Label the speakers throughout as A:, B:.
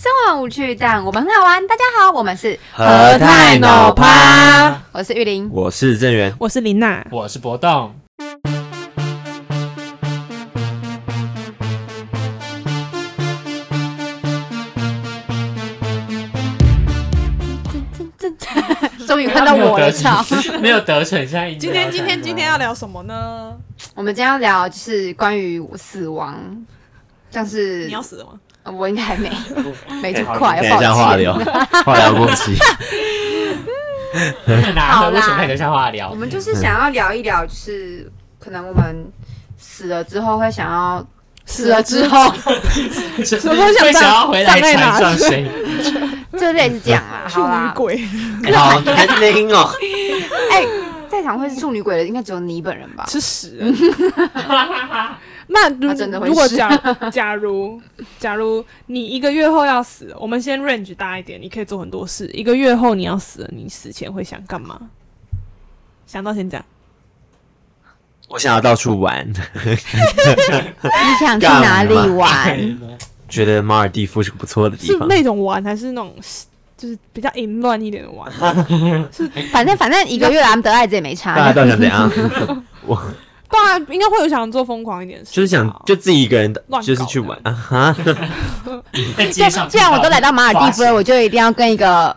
A: 生活无趣，但我们很好玩。大家好，我们是
B: 和泰脑趴，
A: 我是玉玲。
B: 我是郑源。
C: 我是林娜，
D: 我是博栋，
A: 终于看到我了，操！
D: 没有得逞，现在已经
C: 今天今天
D: 聊到
C: 今天要聊什么呢？
A: 我们今天要聊就是关于死亡，但是
C: 你要死了吗？
A: 呃我应该还没没这么
D: 哎
A: 快，
B: 等
A: 抱
B: 一
A: 歉。
B: 下 话聊，话聊过期。
D: 哪
A: 好啦
D: 哪为什么还跟像话啊聊？
A: 我们就是想要聊一聊，就是可能我们死了之后会想要死
C: 啊
A: 了之后，
D: 是
C: 什么都想站
D: 会想要回来
C: 站在哪
D: 船上谁？
A: 就类似这样啊。好啦
C: 处女，鬼，
B: 哎好难听哦。
A: 哎、在场会是处女鬼的，应该只有你本人吧？
C: 吃屎了！ 那如
A: 啊他真的会
C: 如果
A: 吃
C: 假假如假如你一个月后要死，我们先 range 大一点，你可以做很多事。一个月后你要死了，你死前会想干嘛？想到先讲，
B: 我想要到处玩，
A: 你想去哪里玩？
B: 觉得马尔蒂夫是个不错的地
C: 是
B: 方。
C: 那种玩还是那种就是比较淫乱一点 的玩？
A: 反正反正一个月兰德爱子也没
B: 大家
A: 差。
B: 到底想 怎样？我
C: 当然应该会有想做疯狂一点的事吧，
B: 就是想就自己一个人
C: 乱搞，的
B: 就是去玩啊哈。
D: 在
A: 既
D: 街上，
A: 然既然我都来到马尔蒂夫了，我就一定要跟一个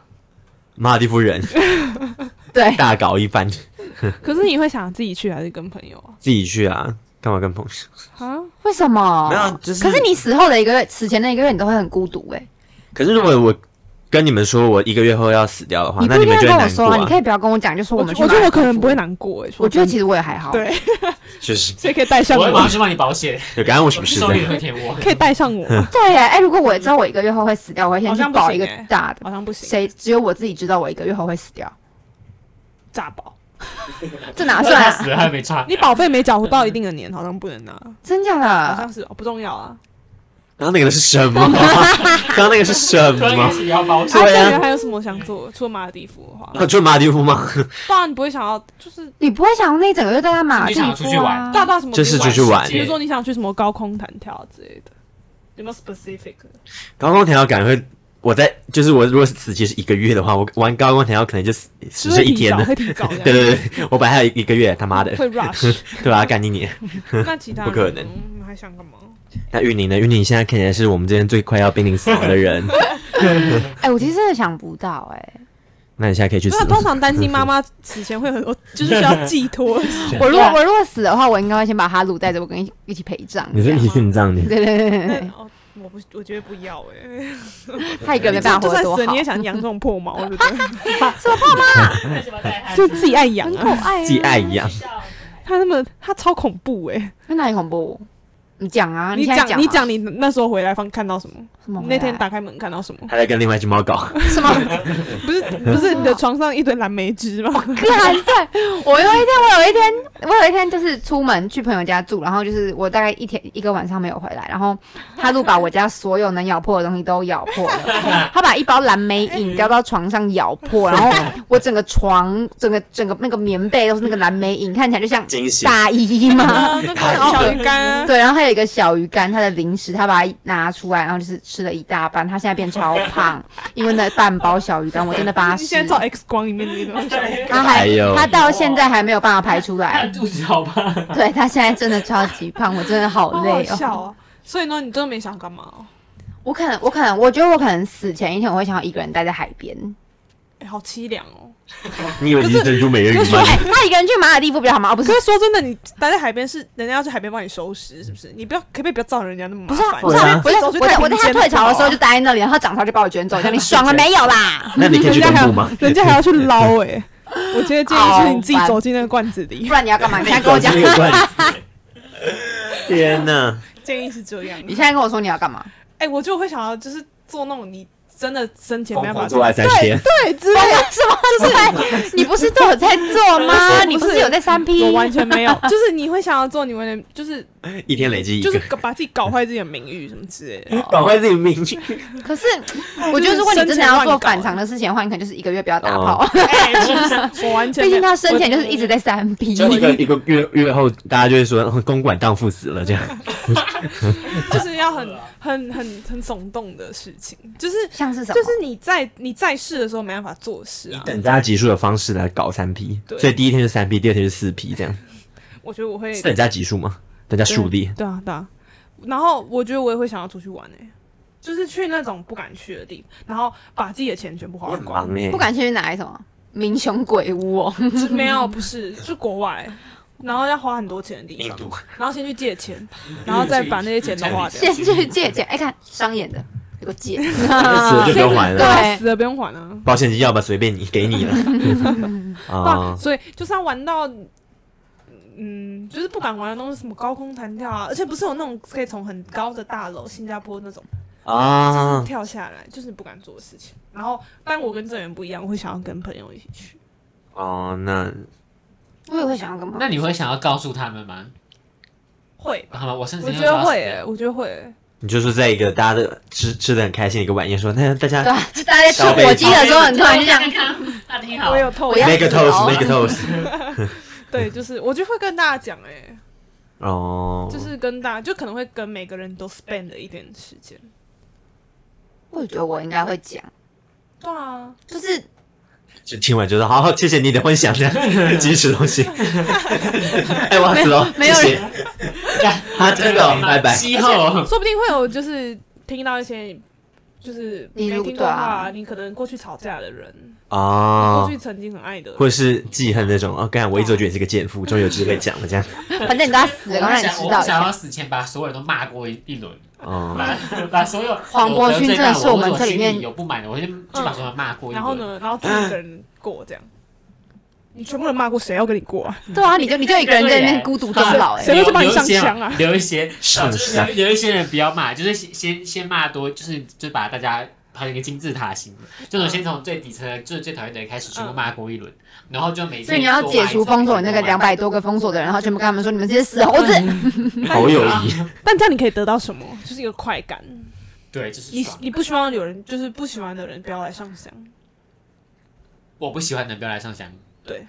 B: 马尔蒂 夫人
A: 对
B: 大搞一番，
C: 可是你会想自己去还是跟朋友啊？
B: 自己去啊，干嘛跟朋友？
C: 啊，
A: 为什么？
B: 没有就是
A: 可是你死后的一个月，死前的一个月，你都会很孤独哎、
B: 可是如果我跟你们说我一个月后要死掉的话，
A: 你
B: 那
A: 不一定
B: 们
A: 要
B: 就会
A: 跟我
B: 难
A: 说
B: 过
A: 你
B: 啊
A: 可。以不要跟我讲，就说
C: 我
A: 们去
C: 我觉得我可能
A: 马尔代夫
C: 不会，难过哎、欸，
A: 我觉得
C: 真
A: 其实我也还好。
C: 的对，
B: 就是
C: 所以可以带上
D: 我会马上
C: 我，
D: 去帮你保险，
B: 有干我什
D: 我
B: 么
D: 是
B: 事
D: 受
B: 呢
D: 益？人会舔我。
C: 可以带上我，
A: 对耶，哎、如果我知道我一个月后会死掉，我会先
C: 好
A: 去
C: 像不
A: 保一个
C: 行欸
A: 大的。
C: 好像不行，
A: 谁只有我自己知道我一个月后会死掉，
C: 炸保，
A: 这哪算、
D: 他
A: 啊？
D: 死了还没差，
C: 你保费没缴到一定的年，好像不能拿，
A: 真假
C: 好
A: 的？
C: 像是哦，不重要啊。
B: 刚刚那个是什 么？刚刚那个是什
D: 突然开
B: 么？
D: 始要保险
B: 对啊
C: 啊，这人还有什么想做？除了马尔蒂夫的话，
B: 啊，住马尔蒂夫吗？
C: 当然不会想要，就是
A: 你不会想那整个月都在马尔
D: 你
A: 蒂
D: 就想出去
A: 夫啊
D: 玩？
C: 大到什么，
B: 就是出去玩
C: 比如说你想去什么高空弹跳之类的，有没有 specific？的
B: 高空弹跳感会，我在就是我如果是死期是一个月的话，我玩高空弹跳可能就死
C: 就
B: 只
C: 会
B: 剩一
C: 提
B: 天
C: 早，
B: 了。
C: 会提早这 样，
B: 对对对，我本来还有一个月，他妈的，
C: 会 rush。
B: 对吧、干你你！
C: 那其他人
B: 不可能
C: 呢嗯你还想干嘛？
B: 那玉宁呢？玉宁现在看起来是我们这边最快要濒临死亡的人，
A: 哎、我其实真的想不到哎、
B: 那你现在可以去死
C: 那
B: 了。
C: 通常担心妈妈死前会有很多，就是需要寄托。
A: 我如果我如果死的话，我应该会先把哈鲁带着我跟一一起陪葬。
B: 你说一起殉葬的，
A: 对对对 对对，
C: 哦，我不，我觉得不要哎。
A: 他一个人没办法
C: 就
A: 活得
C: 算
A: 多
C: 死了
A: 好
C: 你，也想养这种 破毛，对不对？
D: 为什么带他
C: 就自己爱养
A: 很可
C: 啊。
A: 爱、啊。
B: 自己爱一样。
C: 他那么他超恐怖哎！
A: 那哪里恐怖？你讲啊，
C: 你
A: 现在讲
C: 讲你
A: 讲
C: 讲你那时候回来放看到什么？
A: 什么回来？啊
C: 那天打开门看到什么？
B: 他在跟另外一只猫搞，
A: 什么？
C: 不是不是你的床上一堆蓝莓汁吗？
A: 干对，我有一天，我有一天，我有一天就是出门去朋友家住，然后就是我大概一天一个晚上没有回来，然后他就把我家所有能咬破的东西都咬破 了，他把一包蓝莓饮叼到床上咬破，然后我整个床、整个整个那个棉被都是那个蓝莓饮，看起来就像
B: 惊喜。
A: 大衣嘛。
C: 啊，那个小鱼干啊，
A: 对，然后还有一个小鱼干，它的零食，他把它拿出来，然后就是吃了一大半，他现在变超胖，因为那半包小鱼干，我真的把它
C: 你
A: 吃
C: 现在照 X 光里面的 那种小鱼干。
A: 他还、
B: 哎呦
A: 他到现在还没有办法排出
D: 他
A: 来
D: 的，肚子好吧？
A: 对他现在真的超级胖，我真的好
C: 好好
A: 累哦。
C: 笑啊！所以呢，你真的没想干嘛哦？
A: 我可能我可能我觉得我可能死前一天我会想要一个人待在海边，
B: 嗯
C: 哎，好凄凉哦。
B: 你以为你是珍珠美人鱼吗
A: 哎、？他一个人去马尔地夫比较好吗？哦，不是
C: 可。是说真的，你待在海边是人家要去海边帮你收拾，是不是？你不要可不可以不要造成人家那么麻
A: 不是啊，
C: 烦？
A: 不是啊，
C: 你
A: 不
C: 自
A: 是
C: 己
A: 啊
C: 走
A: 我
C: 去
A: 在我在他
C: 太平间哦
A: 退潮的时候
C: 就
A: 就待在那里，然后涨潮就把我卷走，叫你爽了没有 啦？
B: 那你可以去
C: 人
B: 东
C: 家还
B: 部 吗？
C: 人家还要去捞哎。我觉得建议是你自己走进那个罐子里
A: 不，然你要干嘛？你现在跟我讲，
B: 那个罐子天哪！
C: 建议是这样。
A: 你现在跟我说你要干嘛？
C: 哎、我就会想要就是做那种你真的生前
B: 疯
C: 没办法
B: 狂做爱三天，
C: 对之类的，
A: 什么？就是你不是都有在做
C: 不
A: 吗？
C: 是
A: 你不
C: 不
A: 是
C: 是
A: 有在三 P？
C: 我完全没有， 就是你会想要做，你会就是
B: 一天累积一
C: 就
B: 个
C: 是，把自己搞坏自己的名誉什么之类的。
B: 搞坏自己命运。
A: 可是我觉得，如果你真的要做反常的事情的话，你可能就是一个月不要打
D: 哦
A: 炮。
C: 哎 我完全
A: 毕竟
C: 没有
A: 他生前就是一直在三 P。
B: 就一个一个月月后，大家就会说哦公馆荡妇死了这 样。
C: 就是要很很很很耸动的事情，就是
A: 像是什么？
C: 就是你在你在世的时候没办法做事
B: 以
C: 啊。
B: 等加级数的方式来搞三 P，
C: 对
B: 所以第一天是三 P，第二天是四 P，这样
C: 我觉得我会
B: 是等加级数吗？等加数列。
C: 对啊对啊。然后我觉得我也会想要出去玩诶、欸就是去那种不敢去的地方，然后把自己的钱全部花
B: 我很
C: 光
B: 忙。哎、
A: 不敢去哪里什么民雄鬼屋 哦，
C: 是没有，不是，是国外，然后要花很多钱的地
B: 印
C: 方，
B: 度，
C: 然后先去借钱，然后再把那些钱都花掉。
A: 先去借借。哎，看商演的有个借，
B: 死了就不用还
A: 对
B: 了，
C: 对，死了不用还啊。
B: 保险金要吧随便你，给 你了。
C: 对啊，
B: 啊，
C: 所以就是要玩到，嗯，就是不敢玩的东西，什么高空弹跳啊，而且不是有那种可以从很高的大楼，新加坡那种
B: 啊，
C: 跳下来，就是不敢做的事情。然后，但我跟郑源不一样，我会想要跟朋友一起去。
B: 哦，那
A: 我也会想要干嘛？
D: 那你会想要告诉他们吗？
C: 会吧，
D: 好吗？我甚至
C: 我觉得会、
D: 要
C: 欸，我觉得会欸、
B: 你就是在一个大家都吃吃的很开心的一个晚宴，说那大
A: 对
B: 家
A: 啊，大家在吃火鸡的时候，你突然就这样，
D: 那挺好
C: 我。有透
A: 我要
B: make a
A: 死了
B: toast，make a toast。
C: 对，就是我就会跟大家讲，哎，
B: 哦，
C: 就是跟大家，就可能会跟每个人都 spend 了一点时间。
A: 我觉得我应该会讲，
C: 对啊，
A: 就是
B: 就听完就说好好，谢谢你的分享，这 样继续吃东西。哎，我要死了，
A: 没有
B: 谢谢。啊， 真的哦，拜拜。
D: 之后
C: 说不定会有就是听到一些就是没
A: 例如
C: 听过的
A: 对
C: 话，
A: 啊
C: 你可能过去吵架的人，过
B: 哦
C: 去，曾经很爱的人，
B: 或是记恨那种哦，刚才我一直都觉得你是个贱 妇，终于有机会讲了这样。
A: 反正你都要死了，
D: 我
A: 然后让
D: 不
A: 你
D: 想，
A: 知
D: 我
A: 道
D: 不
A: 一
D: 想
A: 下。
D: 要死前把所有人都骂过一一轮，
B: 哦，
D: 把把 所有
A: 黄伯勋
D: 有
A: 真
D: 得罪到
A: 的是我们
D: 或者
A: 这里面
D: 心有不满的，我就就把所有人骂过一
C: 嗯
D: 轮。
C: 然后？呢，然后自己一个人过这样。你全部人骂过，谁要跟你过啊？
A: 对啊，你就你就一个人在那边孤独终老，哎
C: 谁，会去帮你上香啊
D: 留一些，
B: 上
D: 就是
B: 山
D: 留留一些人不要骂，就是先先先骂多，就是就把大家还有一个金字塔型的，这种先从最底层的，就是最讨厌的人开始，全
C: 嗯
D: 部骂过一轮，然后就每次
A: 所以你要解除封锁那个两百多个封锁的人，然后全部跟他们说，你们这些死猴 子，
B: 好友谊。
C: 但这样你可以得到什么？就是一个快感。
D: 对，就是啊
C: 你
D: 爽。
C: 你不希望有人，就是不喜欢的人不要来上香。
D: 我不喜欢的不要来上香，
C: 对，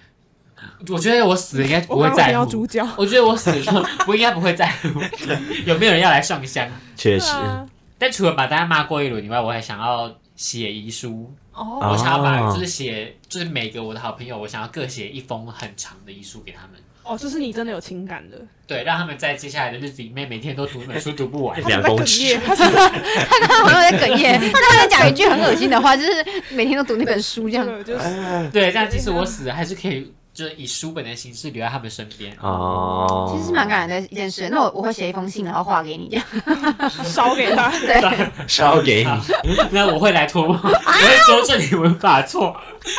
D: 我觉得我死了应该不
C: 我
D: 会
C: 刚刚听
D: 在
C: 到
D: 乎
C: 猪。脚。
D: 我觉得我死了，我应该 不会在乎 有没有人要来上香。
B: 确
C: 对
B: 实，
C: 啊，
D: 但除了把大家骂过一轮以外，我还想要写遗书，
C: 哦
B: 啊
D: 我想要把
B: 哦。
D: 就是写，就是每个我的好朋友，我想要各写一封很长的遗书给他们，
C: 哦，就是你真的有情感的。
D: 对，让他们在接下来的日子里面每天都读一本书读不完
B: 哎两公尺
C: 他是在哽咽，
A: 他刚刚好像在哽 咽，他在讲一句很恶心的话，就是每天都读那本书这
C: 他
A: 样
C: 是。对就是
A: 啊
D: 对，这样即使我死了，还是可以就是以书本的形式留在他们身边。啊
B: 哦，
A: 其实是蛮感人的一件事。那我我会写一封信，然后画给你，这样
C: 烧给他。
A: 对，
B: 烧给你，
D: 那我会来拖，我会纠正你文法错，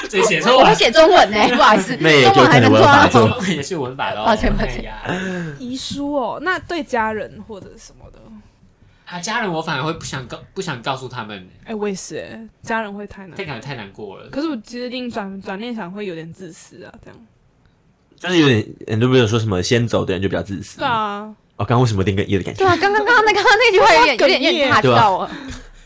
D: 这写错
A: 我会
D: 了，
A: 写中文呢、不好意思，
B: 那也就
A: 中文还能
B: 可能
A: 做
B: 文法
A: 到
B: 错
D: 中文也是文法的哦。
A: 抱歉抱歉
D: 哎呀，
C: 遗书哦，那对家人或者什么的，
D: 啊，家人我反而会不想告不想告诉他们，
C: 哎，我也是，哎，家人会太难
D: 这。感觉太难过了。
C: 可是我其实另转转念想，会有点自私啊，这样。
B: 就是有点很多朋友说什么先走的人就比较自私。
C: 对啊，
B: 哦，刚刚为什么丁跟叶的感觉
A: 对啊，刚刚刚刚那刚刚那句话有点有点有点 touch
B: 啊
A: 到我，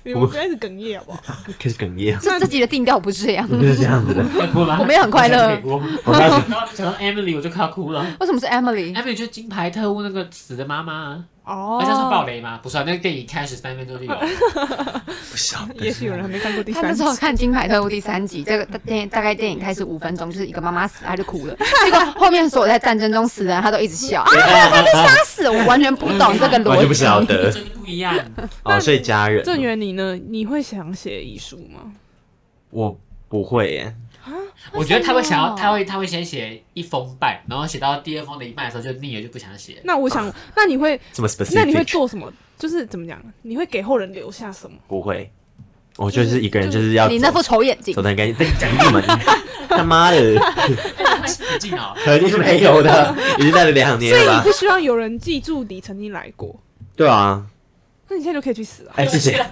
C: 你们不要一直哽咽好不好？
B: 开始哽咽？
A: 这这集的定调不是这样。
B: 就是这样子的。
D: 快哭了吗，
A: 我们也很快乐
D: 我
B: 我刚刚
D: 想到 Emily 我就快要哭 了。
A: 为什么是 Emily？
D: Emily 就是金牌特务那个死的妈妈啊，
C: 哦
D: 那这算暴雷吗？不啊算，那个电影开始三分钟就有了。
B: 不晓得
C: 也许有人还没看过第
A: 他
C: 三
A: 那时
C: 集。
A: 候看《金牌特务》第三集，这个大电大概电影开始五分钟，就是一个妈妈死，她就哭了。结果后面所有在战争中死的人，她都一直笑啊，她被杀死， 我完全不懂这个
B: 嗯完全不
A: 逻辑。
B: 晓得
D: 真的不一样。
B: 哦，所以家人
C: 郑源，你呢？你会想写遗书吗？
B: 我不会耶，
D: 我觉得他会想要，他会他会先写一封半，然后写到第二封的一半的时候就腻了，就不想写。
C: 那我
B: 啊
C: 想，那你会，
B: 这么
C: 那你会
B: specific，
C: 做什么？就是怎么讲？你会给后人留下什么？
B: 不会。我就是一个人，就是要
A: 你那
B: 走
A: 副丑眼睛
B: 走，的很干净。 但讲什么？你他妈的，
D: 很近哦，
B: 肯定是没有的，已经待了两年
C: 所以
B: 了
C: 你
B: 吧
C: 不？希望有人记住你曾经来过，
B: 对啊，
C: 那你现在就可以去死啊！
B: 哎，谢谢。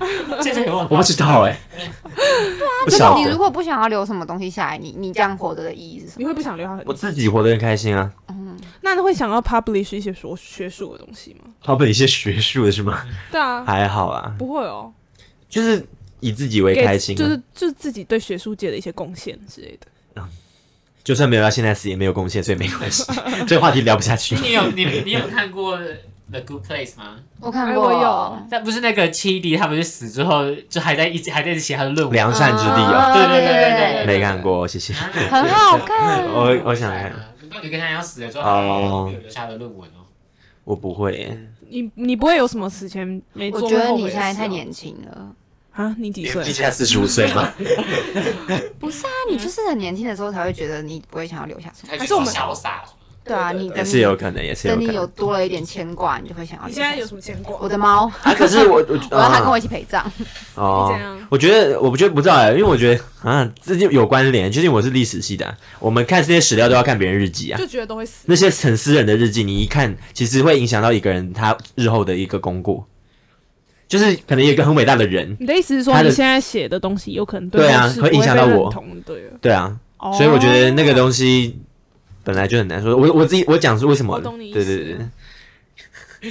D: 这就有我
B: 我不知道哎，不
A: 啊就是
B: 晓
A: 你如
B: 得，
A: 果不想要留什么东西下来，你你这样活着的意义是什
C: 你
A: 么？
C: 会不想留他痕
B: 我
C: 迹？
B: 自己活得很开心啊。
A: 嗯，
C: 那你会想要 publish 一些说学术的东西吗？
B: 他被一些学术的是吗？
C: 对啊，
B: 还好啊，
C: 不会哦，
B: 就是以自己为
C: 给
B: 开心、啊，
C: 就是就是自己对学术界的一些贡献之类的。
B: 就算没有到现在死也没有贡献，所以没关系。这个话题聊不下去。
D: 你有你你有看过《The Good Place》吗？
A: 啊我看
C: 哎
A: 过，
C: 我有
D: 但不是那个七弟他们就死之后，就还在一直还在写他的论文。
B: 良善之地哦，
A: 啊
D: 对对对对对哦
B: 没看过，谢谢。
A: 很好看
B: 我我想看
D: 看。那你跟他要死了之后，
B: 哦
D: 还有留下的论文哦。
B: 我不会耶，
C: 你你不会有什么死前没
A: 我
C: 做
A: 觉
C: 会
A: 得
C: 后
A: 你
C: 悔的
A: 现在
C: 事
A: 太
C: 哦
A: 年轻了，
C: 啊？你几岁？
B: 在四十五岁嘛。
A: 不是啊，你就是很年轻的时候才会觉得你不会想要留下什么。
D: 还
C: 是我们
D: 潇洒了？
A: 对啊，你
B: 也
A: 等
B: 是
A: 你
B: 有可能，也是有
A: 等
B: 可
A: 你有
B: 能。
A: 多了一点牵挂，你就会想要
C: 你
A: 留
C: 现
A: 下什么。
C: 在有什么牵挂？
A: 我的猫，
B: 啊，可是我
A: 我
B: 我
A: 要它跟
B: 啊
A: 我一起陪 葬。
C: 你
B: 哦
C: 怎，样？
B: 我觉得我不觉得不知道哎，因为我觉得啊，这就有关联，就是因为我是历史系的啊，我们看这些史料都要看别人日记啊。
C: 就觉得都会死。
B: 那些很私人的日记，你一看，其实会影响到一个人他日后的一个功过，就是可能有一个很伟大的人，
C: 你的意思是说
B: 他，的
C: 你现在写的东西有可能
B: 对啊
C: 后世
B: 会
C: 不
B: 影响到
C: 被认
B: 我
C: 同对了，
B: 对啊，
C: 哦
B: 所以我觉得那个东西本来就很难说。我我自己我讲是为什么
C: 我懂你意
B: 对对
C: 思
B: 对，对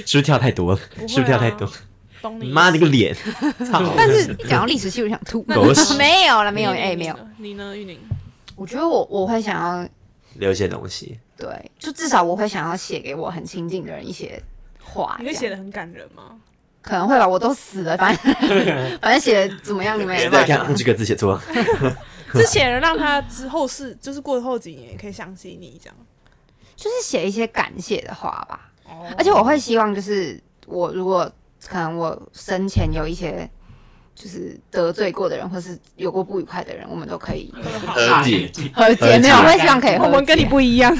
B: 是不是跳太多了？
C: 不会啊
B: 是不是跳太多？
C: 懂你意思。
B: 妈，你个 脸！操！
A: 但是讲到历史系，我想吐
B: 狗屎。
A: 没有了，
C: 你
A: 没有，
C: 呢
A: 哎，
C: 你
A: 没有
C: 呢。你呢，玉宁？
A: 我觉得我我会想要，
B: 留一些东西，
A: 对，就至少我会想要写给我很亲近的人一些话。
C: 你会
A: 这样
C: 写的很感人吗？
A: 可能会吧，我都死了，反正 反正写得怎么样，你们也
B: 别
A: 没
B: 再
A: 办法
B: 看这个字写错。
C: 这显然让他之后是，就是过后几年也可以想起你这样。
A: 就是写一些感谢的话吧。
C: 哦
A: 而且我会希望，就是我如果可能我生前有一些就是得罪过的人，或是有过不愉快的人，我们都可 以
B: 和解
A: 和
B: 和解
A: 解。没有，我会希望可以和解。
C: 我们跟你不一 样，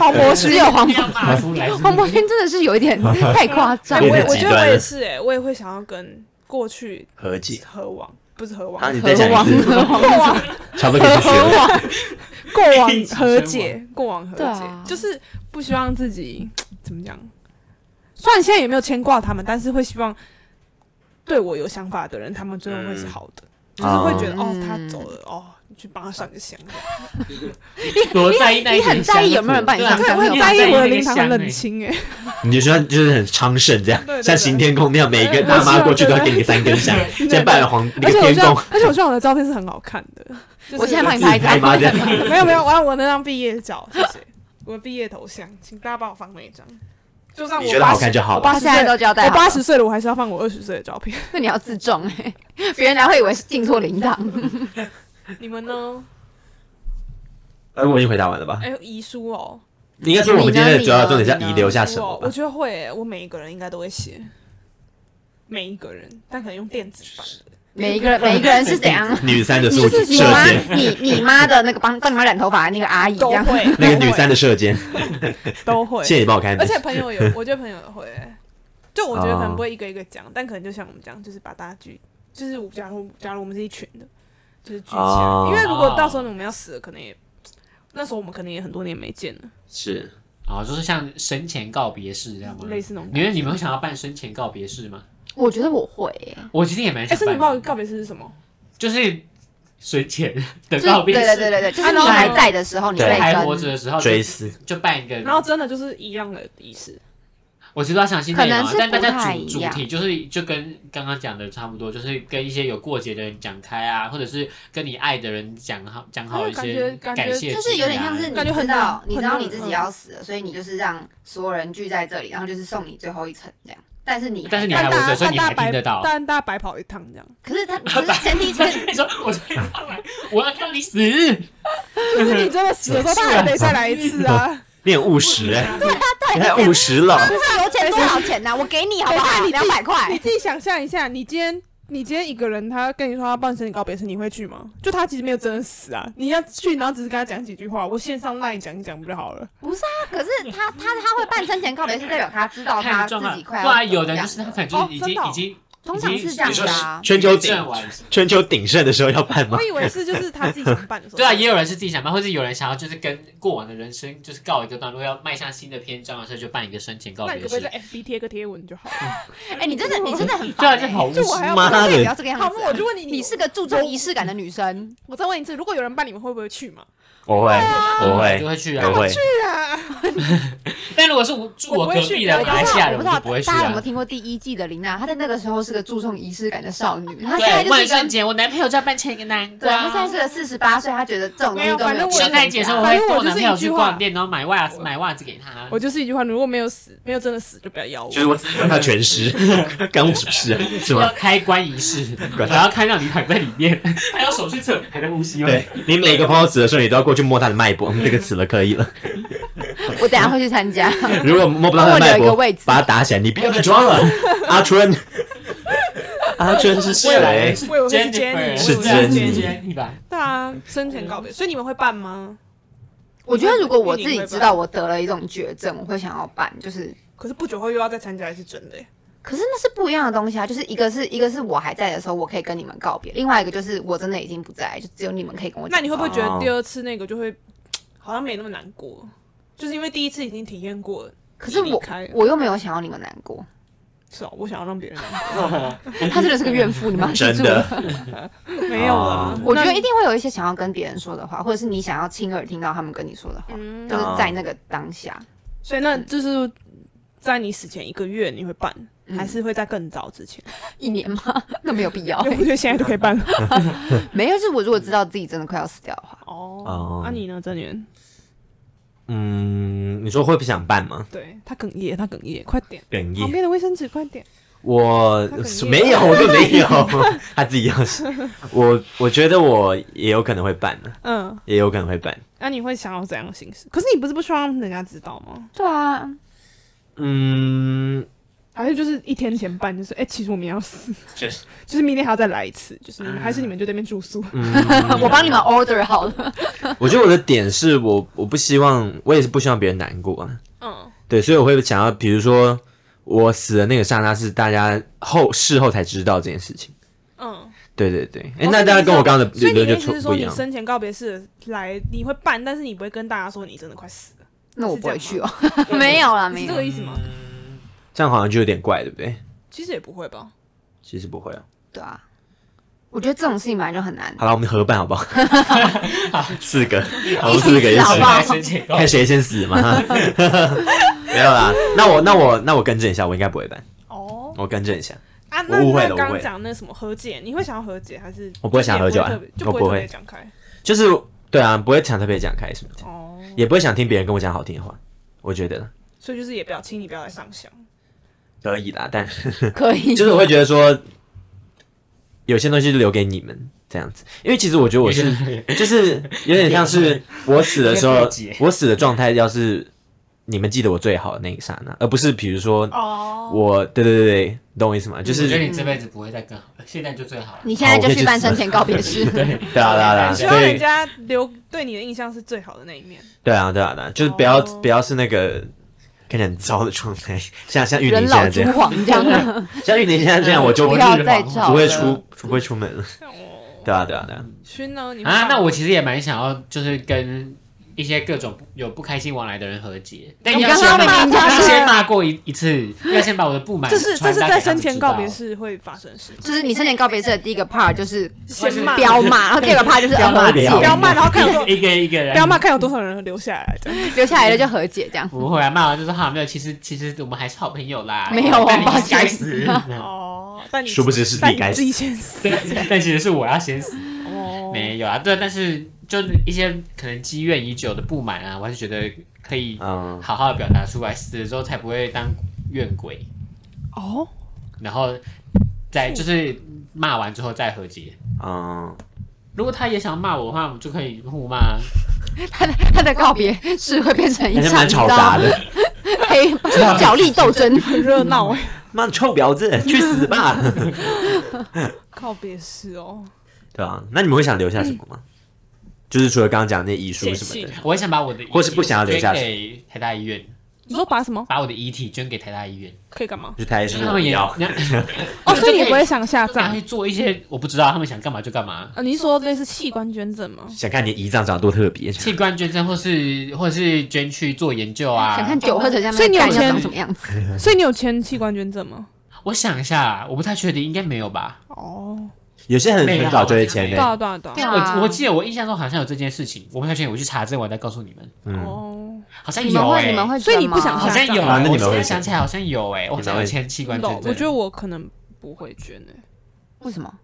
C: 黄博士
A: 只有黄
D: 不要骂出来。
A: 黄博君真的是有一点太夸张
C: 哎，
B: 有
C: 我也
B: 点
A: 了。
C: 我
B: 极
C: 觉得
B: 端
C: 我
B: 了
C: 也是哎、我也会想要跟过去
B: 和解。
C: 和往，不是和往，
B: 啊，你
A: 和
B: 再讲
A: 王
B: 一次，
A: 和王
C: 过往
B: 差不多可以去学了。
C: 过往
D: 一起
C: 和
D: 生
C: 解，过往和
A: 对
C: 解
A: 啊，
C: 就是不希望自己怎么讲。虽然现在也没有牵挂他们，但是会希望对我有想法的人，他们最后会
B: 嗯
C: 是好的，就是会觉得哦
A: 嗯
C: 他走了，哦，你去帮他上个香，
D: 多在意那一
A: 你很
D: 点
A: 在意
D: 香
A: 有没有人
D: 火
A: 帮你
D: 对啊
A: 上香
C: 对，会
D: 你
A: 火
D: 很
C: 在意我的
D: 那
C: 灵
D: 个
C: 堂很
D: 香
C: 冷
D: 欸
C: 清哎，
B: 你就像就是很昌盛这样
A: 欸
C: 对，对
B: 像行天宫那样，每一个大妈过去都要给你三根香，
C: 对对
B: 先拜了皇那
C: 而
B: 个
C: 且我
B: 天
C: 希望
B: 宫，，
C: 而且我希望我的照片是很好看 的，就是
A: 我现在帮你
B: 自
A: 拍
B: 己
A: 一
B: 拍
A: 张
B: 妈这样。
C: 没有没有，我要我那张毕业照，谢谢。我的毕业头像，请大家帮我放那一张。就算
B: 你
C: 我
B: 觉得
C: 八
B: 好
C: 十
B: 看就好
C: 我
B: 了。
A: 他
C: 八十
A: 现在
C: 岁，
A: 都交代
C: 我
A: 好了，
C: 八十岁了，我还是要放我二十岁的照 片。
A: 那你要自重哎，别人还会以为是进错灵堂。
C: 你们呢？
B: 哎，我已经回答完了吧？
C: 哎，遗书哦，
B: 你应该说我们今天的主要重点
A: 你
B: 是
A: 呢
B: 遗留下
C: 遗
B: 什
C: 书
B: 么
C: 哦我
B: 吧？
C: 觉得会耶，我每一个人应该都会写，每一个人，但可能用电子版的。
A: 每一个人，每一个人是怎 样？
B: 女三的
A: 你
B: 射
A: 是
B: 箭
A: 你
B: 射
A: 妈
B: 箭，，
A: 你你妈的那个帮帮你妈染头发的那个阿姨这
C: 都
A: 样，
C: 会，
B: 那个
C: 都会
B: 女三的射箭，
C: 都会，
B: 谢谢你帮我看
C: 而。且朋 友有，我觉得朋友也会欸、就我觉得可能
B: 哦
C: 不会一个一个讲，但可能就像我们这样，就是把大家聚，就是我假如假如我们是一群的，就是聚起来，
B: 哦
C: 因为如果到时候我们要死了，可能也那时候我们可能也很多年没见了，
B: 是
D: 啊，就是像生前告别式这样吗？
C: 类似那种感
D: 你
C: 觉。
D: 们你们会想要办生前告别式吗？
A: 我觉得我会耶，
D: 我其实也蛮
C: 哎，
D: 想
C: 身体
D: 办
C: 报
D: 的，
C: 告别式是什么？
D: 就是生前的
A: 就
D: 告
A: 对
D: 别
A: 对
D: 式，
A: 对对对，就是
C: 啊
A: 你
C: 然后
A: 还在的时候，你
B: 对
A: 可以
D: 还活
A: 跟
D: 着的时候就
B: 追思，
D: 就办一个，
C: 然后真的就是一样的仪式，
D: 我知道详细内容
A: 可能
D: 啊
A: 是，
D: 但大
A: 不
D: 家
A: 太
D: 主
A: 一
D: 主
A: 样
D: 题就是就跟刚刚讲的差不多，就是跟一些有过节的人讲开啊，或者是跟你爱的人讲好讲好
C: 哎
D: 一
C: 感
D: 些
C: 觉感
D: 感
C: 觉
D: 谢之意啊，
A: 就是有点像是你
C: 感觉
A: 知
C: 很
A: 道
C: 难
A: 你知道
C: 很
A: 你
C: 难
A: 自己要死了，所以你就是让所有人聚在这里，然后就是送你最后一程这样。但是你，
D: 但是你
C: 但
D: 还活
C: 大家
D: 着，所以
C: 但
D: 你
C: 大
D: 还
C: 家
D: 听
C: 白
D: 得到。
C: 但大家白跑一趟这样，
A: 可 是他可是前 提是
D: 你说我最后来，我要看你死，
C: 就是你真的死的 时候，他还得再来一次啊，
B: 你很务实哎，
A: 对他
B: 你
A: 对
B: 太务实 了。
A: 他油钱多少钱呢？我给你好不好？
C: 等一下
A: 两
C: 你
A: 百块
C: 你。自己想象一下，你今天你今天一个人，他跟你说他帮你身体告别式，你会去吗？就他其实没有真的死啊，你要去，然后只是跟他讲几句话，我线上赖讲一讲不就好了？
A: 不是啊，可 是他他他会办生前告别，是代表他知道
D: 看
A: 他
D: 状
A: 自
D: 况。
A: 己
D: 不
A: 快要
D: 然有的
A: 怎么
D: 就
A: 样
D: 是他可能就是
C: 哦真
D: 已经
C: 的哦
D: 已经
A: 通常是这样
D: 你
A: 的啊。
B: 全球鼎
D: 正完。
B: 全球鼎盛的时候要办吗
C: 我？以为是就是他自己想办的时候。
D: 对啊，也有人是自己想办，或是有人想要就是跟过往的人生就是告一个段落，要迈向新的篇章的时候，就办一个生前告
C: 那你
D: 别
C: 可不可以在
D: 式。
C: FB 贴个贴文就好了？
A: 哎，你真的你真的很
D: 对啊，
A: 烦
D: 这
A: 欸。
D: 好无
C: 就哎我
D: 聊。
C: 还要
B: 妈
C: 问，
A: 我
B: 的
A: 也不要这个样
C: 好，
A: 子
C: 那我
A: 啊。
C: 就问你，
A: 你是个注重仪式感的女生，
C: 我再问一次，如果有人办，你们会不会去嘛？
B: 我会，我
D: 就
B: 会，
D: 会去啊
B: 我。会。
C: 对啊，
D: 但如果是我住
C: 我
D: 我
C: 不
D: 隔
C: 会去
D: 壁的
C: 对
D: 马来西亚人，
A: 我不
D: 我
A: 知道
D: 就不会去
A: 大家有没有
D: 啊。
A: 听过第一季的林娜？她在那个时候是个注重仪式感的少女，她现在
D: 对，
A: 就是
D: 万
A: 一个
D: 圣节，我男朋友就要扮成一个南
A: 对，她现在
D: 瓜。
A: 是个四十八岁，她觉得这种东西都
C: 没有反正我
D: 圣诞节的时候，我
C: 反
D: 会
C: 正
D: 跟
C: 我
D: 我
C: 就是
D: 男朋友
C: 一句
D: 去
C: 话
D: 逛店，然后买袜子，买袜子给他。
C: 我就是一句话，如果没有死，没有真的死，就不要邀我。
B: 就是我让他全湿， 干我什么事啊？是
D: 要
B: 吗？
D: 开棺仪式，我要看到你躺在里面， 还要手去测还在呼吸吗？
B: 对你每个朋友死的时候，你都要过去摸他的脉搏，嗯这个死了可以了。
A: 我等一下会去参 加。
B: 如果摸不到他的脉
A: 帮我留一个
B: 搏
A: 位置，
B: 把他打起来，你不要再 装了，阿春。 阿春是
D: 未来
B: 谁？
D: 是
C: 我以为是 Jenny，
D: Jennifer，
B: 是
D: 我以为
B: Jenny
D: Jenny 吧？
C: 对啊，生前告别，所以你们会办吗？
A: 我觉得如果我自己知道我得了一种绝症，我会想要办，就是。
C: 可是不久后又要再参加一次真的耶，
A: 可是那是不一样的东西啊，就是一个是一个是我还在的时候，我可以跟你们告别；，另外一个就是我真的已经不在，就只有你们可以跟我讲话。
C: 那你会不会觉
D: 哦
C: 得第二次那个就会好像没那么难过？就是因为第一次已经体验过了，
A: 可是
C: 离
A: 我
C: 开了
A: 我又没有想要你们难过，
C: 是哦，我想要让别 人难
A: 她真的是个怨妇，你 们要记
B: 真
A: 住。
B: 的，
C: 过，没有了
B: 哦。
A: 啊我觉得
C: 那
A: 一定会有一些想要跟别人说的话，或者是你想要亲耳听到他们跟你说的话，
C: 嗯
A: 就是在那个当下。
C: 所以那就是在你死前一个月你会办，还
A: 嗯
C: 是会在更早之前？
A: 一年吗？ 那没有必要
C: 因。为我觉得现在就可 以办了。
A: 没有，就是我如果知道自己真的快要死掉的话，
C: 哦
B: 哦，
C: 那你呢，郑源？
B: 嗯，你说会不想办吗？
C: 对他哽咽，他哽咽，快点，
B: 哽
C: 旁
B: 咽，
C: 边的卫生纸快点。
B: 我
C: 他哽咽
B: 没有，我就没 有，他自己要。我我觉得我也有可能会办的，
C: 嗯，
B: 也有可能会办。
C: 那你会想要怎样的形式？可是你不是不希望人家知道吗？
A: 对啊，
B: 嗯，
C: 还是就是一天前办，就是哎、其实我们要死，
B: 就
C: 就是明天还要再来一次，就是
A: 嗯
C: 你们还是你们就在那边住宿。
A: 我帮你们 order 好了。
B: 我觉得我的点是我我不希望，我也是不希望别人难过啊。
C: 嗯，
B: 对，所以我会想要，比如说我死的那个刹那是大家后事后才知道这件事情。
C: 嗯，
B: 对对对，哎、
C: 哦
B: 那大家跟我刚刚的
C: 所以
B: 理
C: 你
B: 论
C: 的
B: 就
C: 意思
B: 出
C: 是
B: 不
C: 说，
B: 一
C: 你
B: 样。
C: 生前告别式来你会办，但是你不会跟大家说你真的快死了，
A: 那我不会去哦， 没有啦，没
C: 是这
A: 有。
C: 个意思吗？
B: 这样好像就有点怪，对不对？
C: 其实也不会吧。
B: 其实不会啊。
A: 对啊，我觉得这种事情本来就很难。
B: 好了，我们合办好不 好？四个，我们
A: 一起
B: 四个一
A: 死好
B: 起
A: 不， 好
D: 申请告
B: 看谁先死嘛。 没有啦，那我那我那我更正一下，我应该不会办，
C: 哦
B: 我更正一下。
C: 啊，那
B: 我误会了
C: 那
B: 我
C: 刚
B: 误会
C: 刚
B: 了
C: 讲那什么和解，你会想要和解还是？
B: 我不会想和解啊
C: 就也
B: 我不
C: 不会特别就会特
B: 会
C: 别讲开。
B: 就是对啊，不会想特别讲开什么的，
C: 哦，
B: 也不会想听别人跟我讲好听的话。我觉得呢
C: 所以就是也不要，请你不要来上香。
B: 可以啦，但
A: 可 以
B: 就，是我会觉得说，有些东西就留给你们这样子，因为其实我觉得我是就是有点像是我死的时
D: 有
B: 候
D: 点过节，
B: 我死的状态要是你们记得我最好的那一刹那，而不是比如说
C: 哦，
B: 我，对对对对，你懂我意思吗？就
D: 我觉得
B: 是
D: 你这辈子不会再更好，现在就最好了。
A: 你现在就去办生前告别式。
B: 对啊对啊对啊，
C: 希
B: 所
C: 望人
B: 以
C: 家留对你的印象是最好的那一面。
B: 对啊对啊对啊，就是不要
C: 哦
B: 不要是那个。看起来很糟的状态，像像玉
A: 人
B: 宁现
A: 老
B: 在
A: 珠
B: 这样，
A: 黄这样，
B: 像玉宁现在这样，我就
A: 不
B: 不
A: 要再找了。
B: 会出不会出门了。
C: 哦，
B: 对啊对啊对啊，
C: 勋呢？你会
D: 啊，
C: 办
D: 那
C: 吗
D: 我其实也蛮想要，就是跟一些各种不有不开心往来的人和解，但
A: 你
D: 要
A: 刚
D: 先
A: 刚
D: 骂
A: 明明就是
D: 要先骂过一一次，要先把我的不满
C: 这是这
D: 传
C: 是
D: 达
C: 在
D: 给他
C: 生
D: 们
C: 前
D: 知
C: 告
D: 道
C: 别式会发生的事，
A: 就是你生前告别式的第一个 part 就是
C: 先骂
A: 彪骂，然后第二个 part 就是
D: 彪骂
A: 和解，
B: 彪
C: 啊不要骂，然后看有多
D: 一个一个人
C: 不要骂，看有多少人留下来。这样
A: 留下来的就和解这样。
D: 不会啊，骂完就说哈没有，其实其实我们还是好朋友啦。
A: 没有啊
D: 但你
A: 抱歉
D: 该死，
C: 哦，但你
B: 殊不知是
C: 但
B: 你该
C: 自己先死。
D: 对，但其实是我要先死。
C: 哦，
D: 没有啊，对，但是就是一些可能积怨已久的不满啊，我还是觉得可以
B: 嗯，
D: 好好的表达出来，死了之后才不会当怨鬼，
C: 哦，
D: 然后再就是骂完之后再和解。
B: 嗯，
D: 如果他也想骂我的话，我们就可以互骂。
A: 他的他的告别是会变成一
B: 还是
A: 场
B: 蛮
A: 你知
B: 吵
A: 道
B: 杂
A: 吗
B: 的。
A: 黑角力斗争。
C: 很热闹 哎，
B: 妈的臭婊子，去死吧！
C: 告别式哦，
B: 对啊，那你们会想留下什么吗？就是除了刚刚讲的那遗书
C: 写
B: 什么
C: 信
B: 的，
D: 我也想把我的，
B: 或是不想要留下
D: 给台大医院，
C: 你说把什么
D: 把我的遗体捐给台大医院，
C: 可以干嘛？
B: 就台是
D: 他们也
B: 要，
D: 你要
C: 哦，所以你不会
D: 就
C: 想下
D: 可拿
C: 葬
D: 去？做一些我不知道，他们想干嘛就干嘛。
C: 呃，你是说类似器官捐赠吗？
B: 想看你胰脏长得多特别，
D: 器官捐赠，或是或是捐去做研究啊。
A: 想看酒喝成这样，
C: 所以你有
A: 要
C: 钱
A: 长什么样子？
C: 所以你有签器官捐赠吗？
D: 我想一下，我不太确定，应该没有吧？
C: 哦，
B: 有些很很早就会签
D: 对
C: 对
B: 的，
C: 啊对啊对啊
A: 对
D: 但
A: 啊
D: 我我记得我印象中好像有这件事情，我不太确定，我去查证，我再告诉你们。
B: 嗯，
C: 哦，
D: 好像
A: 你们
D: 有
A: 会
D: 哎，
A: 你们会，
C: 所以你不想
D: 好
C: 下
D: 像有，
B: 啊那你们
D: 我
B: 会
D: 现在想起来好像有哎，我好像有签器官
C: 不
D: 捐
C: 懂
D: 赠。
C: 我觉得我可能不会捐诶，
A: 为什么？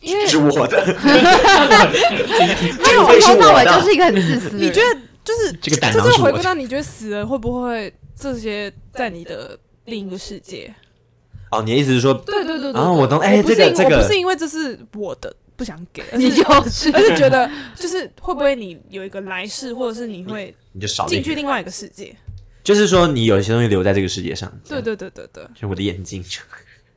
C: 因为
B: 是我的，
A: 因为我从头到尾就是一个很自私的人。
C: 你觉得就是
B: 这个胆
C: 这
B: 囊
C: 就是是回
B: 我
C: 归
B: 的。
C: 到你觉得死了会不会这些在你的另一个世界？
B: 哦，你的意思是说，
C: 对对对对。
B: 然后我懂，哎，
C: 我不
B: 这
C: 是因
B: 个这
C: 为我不
B: 个
C: 是因为这是我的不想给，而
A: 你
C: 是
A: 就是
C: 而是觉得就是会不会你有一个来世，或者是你会
B: 你就少了一
C: 进去
B: 个，
C: 另外一个世界？
B: 就是说你有一些东西留在这个世界上，
C: 对，对对对对，
B: 就我的眼睛，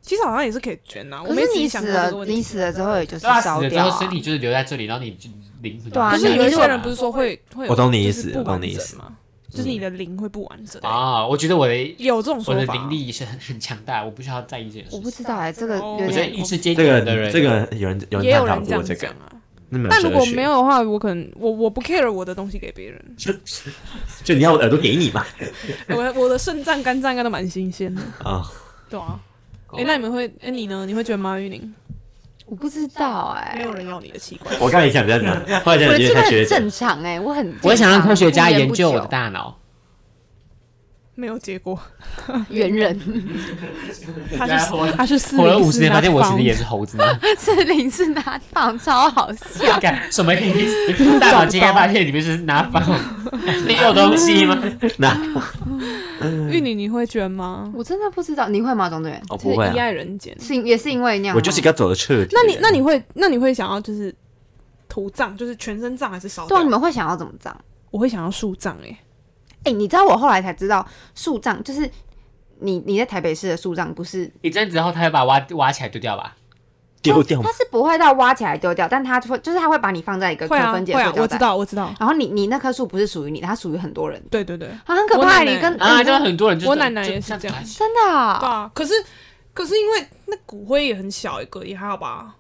C: 其实好像也是可以捐啊。我
A: 可
C: 没
A: 是
C: 仔细
A: 你
C: 想
A: 死
C: 过这个
A: 了，
C: 问
A: 你
C: 题。
A: 死了之后也就是
D: 对啊，死
A: 烧
D: 了之
A: 掉
D: 后
A: 啊
D: 身。体就是留在这里，然后你就灵魂
A: 对啊
C: 不
A: 可
C: 是
A: 你
C: 有一
A: 就
C: 些人不
D: 是
C: 是说会会有
B: 我懂你意
C: 就是
B: 思
C: 不
B: 我懂你
C: 完
B: 意
C: 整
B: 思
C: 吗？就是你的灵会不完整
D: 啊，我觉得我的
C: 有这种
D: 我
C: 说
D: 的
C: 法啊
D: 灵。力是很很强大，我不需要在意这件
A: 我
D: 事
A: 不
D: 情。
A: 知道哎，这个有
D: 我觉得
A: 点
D: 意志坚
B: 这
D: 定
B: 个
D: 的人，
B: 这个有人有
C: 也有
B: 人探
C: 人
B: 讨
C: 这
B: 过这
C: 样讲
B: 个，
C: 啊。
B: 那没有
C: 但如
B: 哲
C: 果
B: 学
C: 没，有的话，我可能我我不 care 我的东西给别人，
B: 就你要我耳朵给你 嘛，
C: 我我的肾脏、肝脏应该都蛮新鲜的，
B: 啊，
C: 对啊。
D: 狗
C: 哎、那你们会？哎、你呢？你会觉得吗？玉玲
A: 我不知道
C: 没
A: 哎，
C: 有人要你的器官，
B: 我刚才想这样讲，后来
A: 我
B: 讲
A: 的
B: 觉
A: 这个
B: 得太绝
A: 很
B: 对
A: 正常哎，我很
D: 我想让科学家
A: 正常
D: 研究我的，
A: 不
D: 大脑，
C: 没有结果。
A: 久圆 人
C: 他是他是四
D: 活了
C: 零
D: 五十年，发现我其
C: 死
D: 实也是猴子呢。
A: 是林是拿放，超好笑。
D: 干什么意思？大脑揭开发现里面是拿 棒，你有东西吗？
B: 那
A: 嗯
C: 玉玲，你会捐吗？
A: 我真的不知道，你会吗，钟志远？
B: 我不会
C: 就是遗
B: 啊，
C: 爱人间。
A: 是也是因为那样吗，
B: 我就是一个走的彻底的
C: 啊那
B: 人。
C: 你那你会那你会想要就是土葬，就是全身葬还是烧
A: 对
C: 掉？
A: 啊，你们会想要怎么葬？
C: 我会想要树葬、哎，
A: 哎，你知道我后来才知道，树葬就是你你在台北市的树葬不是
D: 一阵子后，他会把挖挖起来丢掉吧？
B: 丢掉
A: 它是不会到挖起来丢掉，但它会就是它会把你放在一个可
C: 会啊
A: 分解
C: 会
A: 的
C: 啊
A: 塑，胶
C: 我知
A: 袋。
C: 道我知道，
A: 然后你你那棵树不是属于你的，它属于很多人，
C: 对对对，
A: 啊，很可怕。
C: 我奶奶
A: 你跟
D: 啊，
A: 你
D: 就很多人就是
C: 哎我奶奶也是这样
A: 真的啊
C: 对啊，可是可是因为那骨灰也很小一个，也还好吧。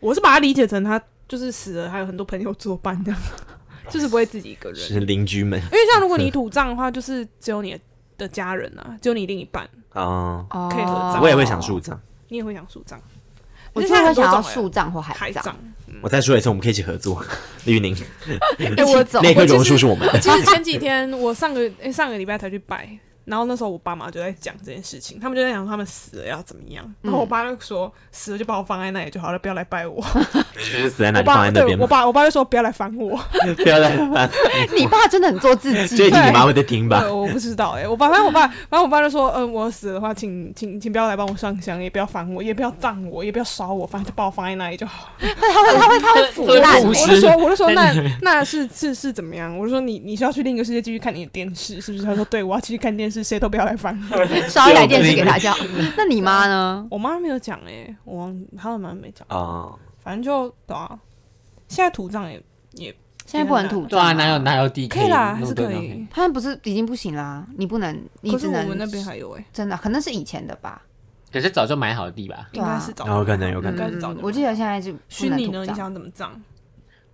C: 我是把它理解成他就是死了，还有很多朋友作伴这样， 就是不会自己一个人。
B: 是邻居们
C: 因为像如果你土葬的话，就是只有你的家人啊，只有你另一半，
B: 啊，
A: 哦
C: 可以合葬
B: 我也会想树，葬。
C: 你也会想树葬。
A: 我就会想要
C: 树
A: 树葬或
C: 欸海
A: 海葬。
C: 葬。
B: 我再说一次，我们可以一起合 作。玉宁，
A: 哎
C: 我
A: 走，
B: 内
C: 我
B: 科
C: 其
B: 榕
C: 实
B: 树是我们的。
C: 其实前几天我上个、诶上个礼拜才去拜，然后那时候我爸妈就在讲这件事情，他们就在讲他们死了要怎么样，然后我爸就说、死了就把我放在那里就好了，不要来拜我。
B: 就是死在哪
C: 哦
B: 里
C: 我
B: 放
C: 爸
B: 在那边啊
C: 对我
B: 嘛，
C: 爸我爸就说不要来烦我，
B: 不要再翻。
A: 你爸真的很做自己，
B: 最近你妈会在听吧
C: 对，？我不知道哎、我爸反正我爸反正我爸就说，嗯，我死了的话，请请请不要来帮我上香，也不要烦我，也不要葬我，也不要烧我，反正就把我放在那里就好。
A: 他会他会他会腐烂
D: 对。
C: 我就说我就说那 那是是是怎么样？我就说你你是要去另一个世界继续看你的电视是不是？他说对，我要继续看电视，谁都不要来烦我。
A: 烧一台电视给他叫。 那你妈呢？
C: 我 妈没有讲哎、我忘他们好像没讲，
B: 啊，
C: 反正就对啊。现在土葬也也
A: 现在不能土
D: 对啊，
A: 葬，
D: 哪有？哪有地
C: 可以啦，还是可以。。
A: 他们不是已经不行啦，你不能，你
C: 可是
A: 只
C: 我
A: 能
C: 们那边还有哎、
A: 真的，可能是以前的吧。
D: 可是早就买好地吧？
A: 对
C: 应
A: 啊
C: 该是早就
B: 有可能有可
C: 应该是早
A: 嗯
C: 就，
A: 我记得现在就不
C: 虚
A: 能
C: 拟呢？
A: 土
C: 你
A: 葬。
C: 想怎么葬？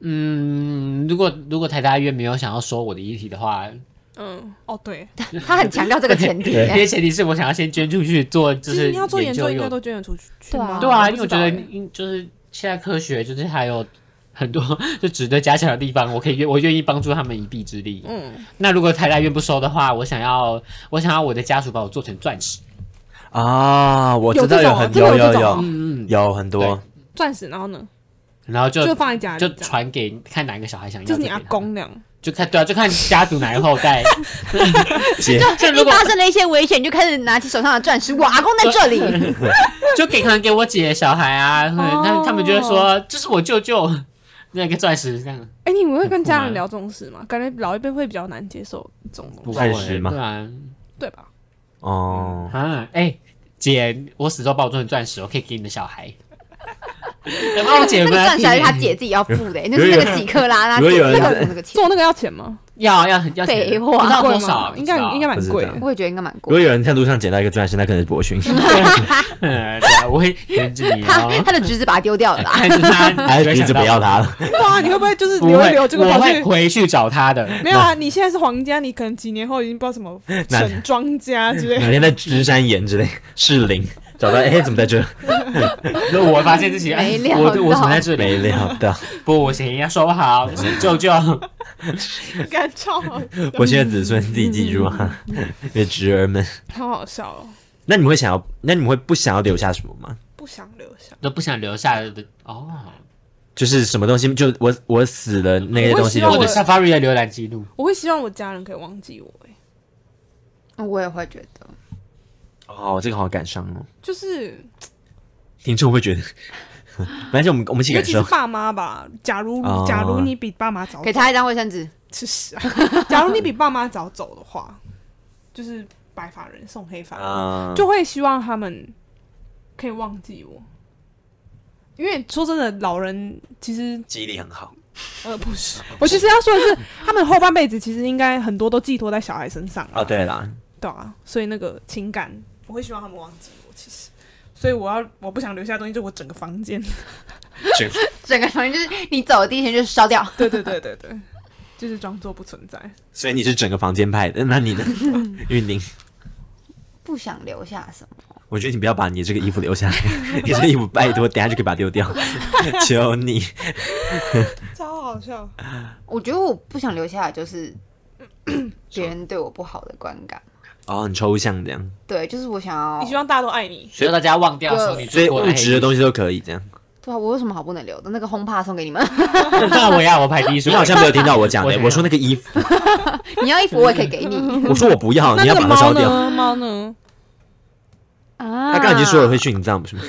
D: 嗯，如果如果台大医院没有想要收我的遗体的话，
C: 嗯，哦对，
A: 他很强调这个前 提。欸
D: 因为前提是我想要先捐出去做，就
C: 啊其实
D: 是
C: 你要做研究，应该
D: 用。
C: 都捐得出去去
A: 对啊
C: 吗
D: 对啊，
C: 我
D: 因
C: 不
D: 为我
C: 知道
D: 觉得
C: 欸
D: 你就是现在科学就是还有很多 就值得加强的地方，我可以愿我愿意帮助他们一臂之力。
C: 嗯，
D: 那如果台大院不收的话，我想要我想要我的家属把我做成钻石，
B: 啊，我知道
C: 嗯有这种
B: 有很
C: 真的
B: 有
C: 有这
B: 有
C: 种
B: 有
D: 嗯嗯，
B: 有很多，
C: 钻石，然后呢，
D: 然后就
C: 就放在家里，
D: 就
C: 这样，
D: 传给看哪一个小孩想要，
C: 就是你阿
D: 给他
C: 公那样，
D: 就看对啊，就看家族哪个后代。
B: 姐
D: 像
A: 一
D: 如果
A: 发生了一些危险，你就开始拿起手上的钻石，我阿公在这 里。
D: 就给可能给我姐的小孩啊，
C: 哦
D: 那他们就会说这是我舅舅那个钻石这样，
C: 哎，你们会跟
D: 很酷
C: 家
D: 吗
C: 人聊这种事吗？感觉老一辈会比较难接受这种东西，
B: 钻石吗
D: 对啊，
C: 对吧？嗯
B: 哦，
D: 啊，哎、姐，我死之后把我做成钻石，我可以给你的小孩。有没有我姐
A: 那
D: 夫
A: 个钻
D: 在听
A: 欸石还 是他姐自己要付的，那是那个几克拉，他姐自己要付那个钱。
C: 做那个要钱吗？
D: 要要很要钱
A: 废
D: 的，
A: 话
D: 不知道
C: 贵
D: 多少 啊
C: 吗？，应该
D: 不知道
C: 应该蛮贵
B: 不
C: 的
B: 知。
A: 我也觉得应该蛮
B: 如果
A: 贵。
B: 有人在路上捡到一个钻石，那可能是博 勋，
D: 嗯 对啊，我会原住 你
A: 他
D: 哦。
A: 他的侄子把它丢掉了啦，
D: 还是他，
B: 还是橘哎子不要他了？
C: 对啊，你会不会就是
D: 不
C: 留一
D: 会，
C: 留，结果
D: 我
C: 跑
D: 会
C: 去？
D: 回去找他的。
C: 没有啊，你现在是皇家，你可能几年后已经不知道什 么省庄家之类
B: 哪天在芝山岩之类、士林找到，哎、怎么在这？
D: 那我发现自己，哎
A: 没料，
D: 我我怎么
A: 到
D: 在这
B: 没
D: 里？
B: 料到，
D: 不我行，要收好，就是舅舅。
C: 的， 干超好
B: 博勋的子孙自己记住啊， 你的侄儿们。
C: 超好笑哦，
B: 那你们会想要，那你们会不想要留下什么吗？
C: 不想留下。
D: 都不想留下的哦。
B: 就是什么东西，就我我死了那些东西
C: 我会
B: 留
C: 希
D: 我
C: 望
B: 着
D: 的
C: 我。
D: Safari 的浏览记录，
C: 我会希望我家人可以忘记我、欸，
A: 我也会觉得。
B: 哦，这个好感伤哦。
C: 就是
B: 听众会不会觉得，反正我们我们一起
C: 尤
B: 感
C: 其是
B: 受。
C: 爸妈吧。假如、
B: 哦
C: 假如你比爸妈早
A: 给他一张卫生纸，
C: 吃屎啊！假如你比爸妈早走的话，就是白发人送黑发 人，
B: 啊，
C: 就会希望他们可以忘记我。因为说真的，老人其实
B: 记忆力很好。
C: 呃不 是，我其实要说的是，他们后半辈子其实应该很多都寄托在小孩身上啊
B: 哦，对啦，
C: 对啊，所以那个情感，我会希望他们忘记我，其实，所以我要我不想留下的东西，就我整个房 间。
A: 整个东西就是你走的第一天就是烧掉。
C: 对对对对对，就是装作不存在。
B: 所以你是整个房间派的，那你呢？ 玉宁，
A: 不想留下什么，
B: 我觉得你不要把你这个衣服留下来， 你这个衣服拜托，等下就可以把它丢掉， 求你。
C: 超好笑。
A: 我觉得我不想留下的就是别人对我不好的观感。
B: 哦，很抽象这样，
A: 对，就是我想要
C: 你希望大家都爱你，
D: 所以大家忘掉说你
B: 所以
D: 做过
B: 物
D: 的
B: 质的
D: 东
B: 东西都可以这样。
A: 对啊，我有什么好不能留的？那个轰趴送给你们，
D: 西，那我要我排第一，
B: 你好像没有听到我讲的，
D: 我
B: 我说那个衣服，
A: 你要衣服我也可以给 你
B: 我说我不要， 哦
C: 那
B: 你要
C: 那个
B: 把它烧
C: 猫
B: 掉。
C: 呢？猫呢？
A: 啊
B: 他刚才已经说了会殉葬，不是吗？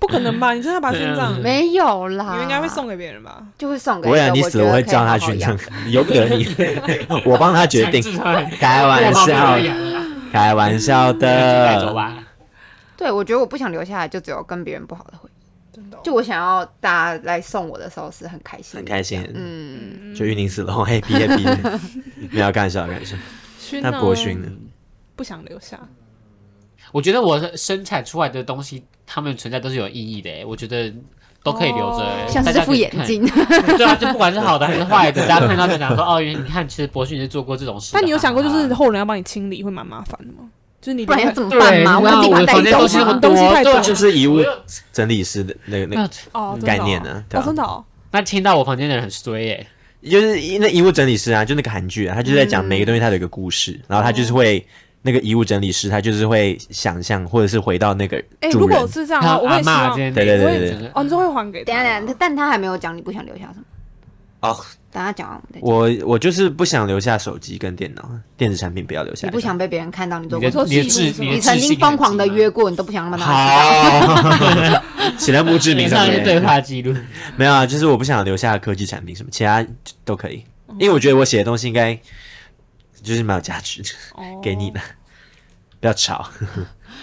C: 不可能吧？你真的把
B: 啊
C: 它殉 葬？
A: 没有啦，
C: 你应该会送给别人吧？
A: 就会送给
B: 不
A: 一
B: 会
A: 个
B: 啊，你死了
A: 我
B: 我
A: 觉
B: 会
A: 得可以
B: 叫他
A: 好好
B: 殉
A: 养
B: 葬， 由不得你，我帮他 决定。开玩笑，开玩笑
D: 走
B: 的。
D: 吧。
A: 对，我觉得我不想留下来，就只有跟别人不好的回忆。
C: 真的哦、
A: 就我想要大家来送我的时候是很开心，
B: 很开心，
A: 嗯，
B: 就玉宁死了，我 happy happy。没 有开玩笑，开玩笑。
C: 熏
B: 那
C: 呢
B: 博勋呢？
C: 不想留下，
D: 我觉得我生产出来的东西，它们存在都是有意义的欸，我觉得都可以留着欸
C: 哦。
A: 像是
D: 大
A: 这
D: 家
A: 副
D: 可以
A: 眼
D: 看，
A: 镜，
D: 对啊，就不管是好的还是坏的，大家看到就想说，哦，原来你看，其实博勋是做过这种事的。啊
C: 但你有想过，就
D: 哈哈
C: 是后人要帮你清理，会蛮麻烦的吗？就是你
A: 不然要怎么办
D: 对，啊
A: 嘛？
D: 我
A: 我要自己把它
D: 的房
A: 带
D: 间
A: 走
D: 东西
A: 吗
D: 很
C: 东
D: 多，
C: 西太多
D: 对啊
B: 就
D: 就是
B: 是遗物
D: 我又
B: 整理师的那个那
D: 那
B: 个
C: 哦真的哦
B: 概念呢？对啊
C: 哦，
B: 吧
C: 真的哦，
D: 那听到我房间的人很衰欸耶，
B: 就是一那遗物整理师啊，就那个韩剧啊，他就在讲每个东西它有一个故事，然后他就是会那个遗物整理师，他就是会想象或者是回到那个
C: 哎、如
B: 主
C: 果
B: 人。
C: 是这样的话，
D: 看到
C: 我
D: 阿
C: 会希
D: 嬷
C: 望
D: 今天
B: 对对对
D: 我也
B: 对
D: 觉得
C: 哦，你就会还给
A: 等一
C: 他
A: 下等一下，但他还没有讲你不想留下什么，
B: 哦，
A: 等他讲完我们再讲。
B: 我我就是不想留下手机跟电脑，电子产品不要留下
A: 你
B: 来。
A: 不想被别人看到你做
D: 你
A: 过什么
D: 的你的
A: 事，
C: 是
D: 智
C: 吗
D: 你
A: 你
D: 的
A: 曾
D: 智
A: 经
D: 性
A: 疯狂的
D: 很低吗
A: 约过，你都不想让他们知道。
B: 好，岂能不知你
D: 脸
B: 上
D: 上
B: 面
D: 是对话记录，
B: 没有啊，就是我不想留下科技产品什么，其他都可以，因为我觉得我写的东西应该就是蛮有价值的，
C: 哦
B: 给你的，不要吵，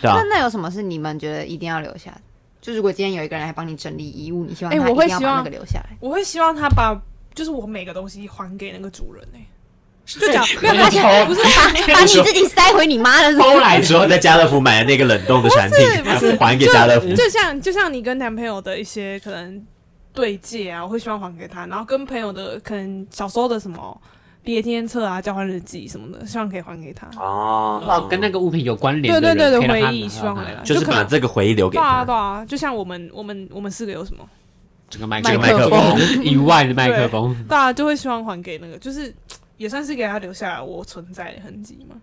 B: 对吧
A: 那？那有什么是你们觉得一定要留下的？就如果今天有一个人来帮你整理遗物，你希望
C: 哎
A: 他
C: 我
A: 一
C: 会
A: 定要
C: 希
A: 把那
C: 望
A: 个留 下来。
C: 我会希望他把，就是我每个东西还给那个主人 哎、就讲没有，
D: 我
C: 而
D: 就
C: 且
D: 偷
C: 不是啊
A: 把你自己塞回你妈的是不
D: 偷
A: 是？
D: 来
B: 之后在家乐福买的那个冷冻的产品，
C: 不是
B: 还给家乐福。
C: 就像就像你跟男朋友的一些可能对戒啊，我会希望还给他，然后跟朋友的可能小时候的什么毕业纪念册啊、交换日记什么的，希望可以还给他。
B: 哦
D: 哦，跟那个物品有关联
C: 对
D: 的
C: 对
D: 人，
C: 对
D: 可
C: 对，
D: 以让他
C: 回忆
D: 拿
C: 希望
D: 到
C: 回来，
B: 就是
C: 可
B: 把
C: 能
B: 这个回忆留给
C: 对啊
B: 他
C: 对。啊，就像我们我们我们四个有什么，
D: 整个麦
A: 这个
B: 麦克
A: 风
D: 以外的麦克风，
C: 对啊，就会希望还给那个，就是也算是给他留下来我存在的痕迹嘛。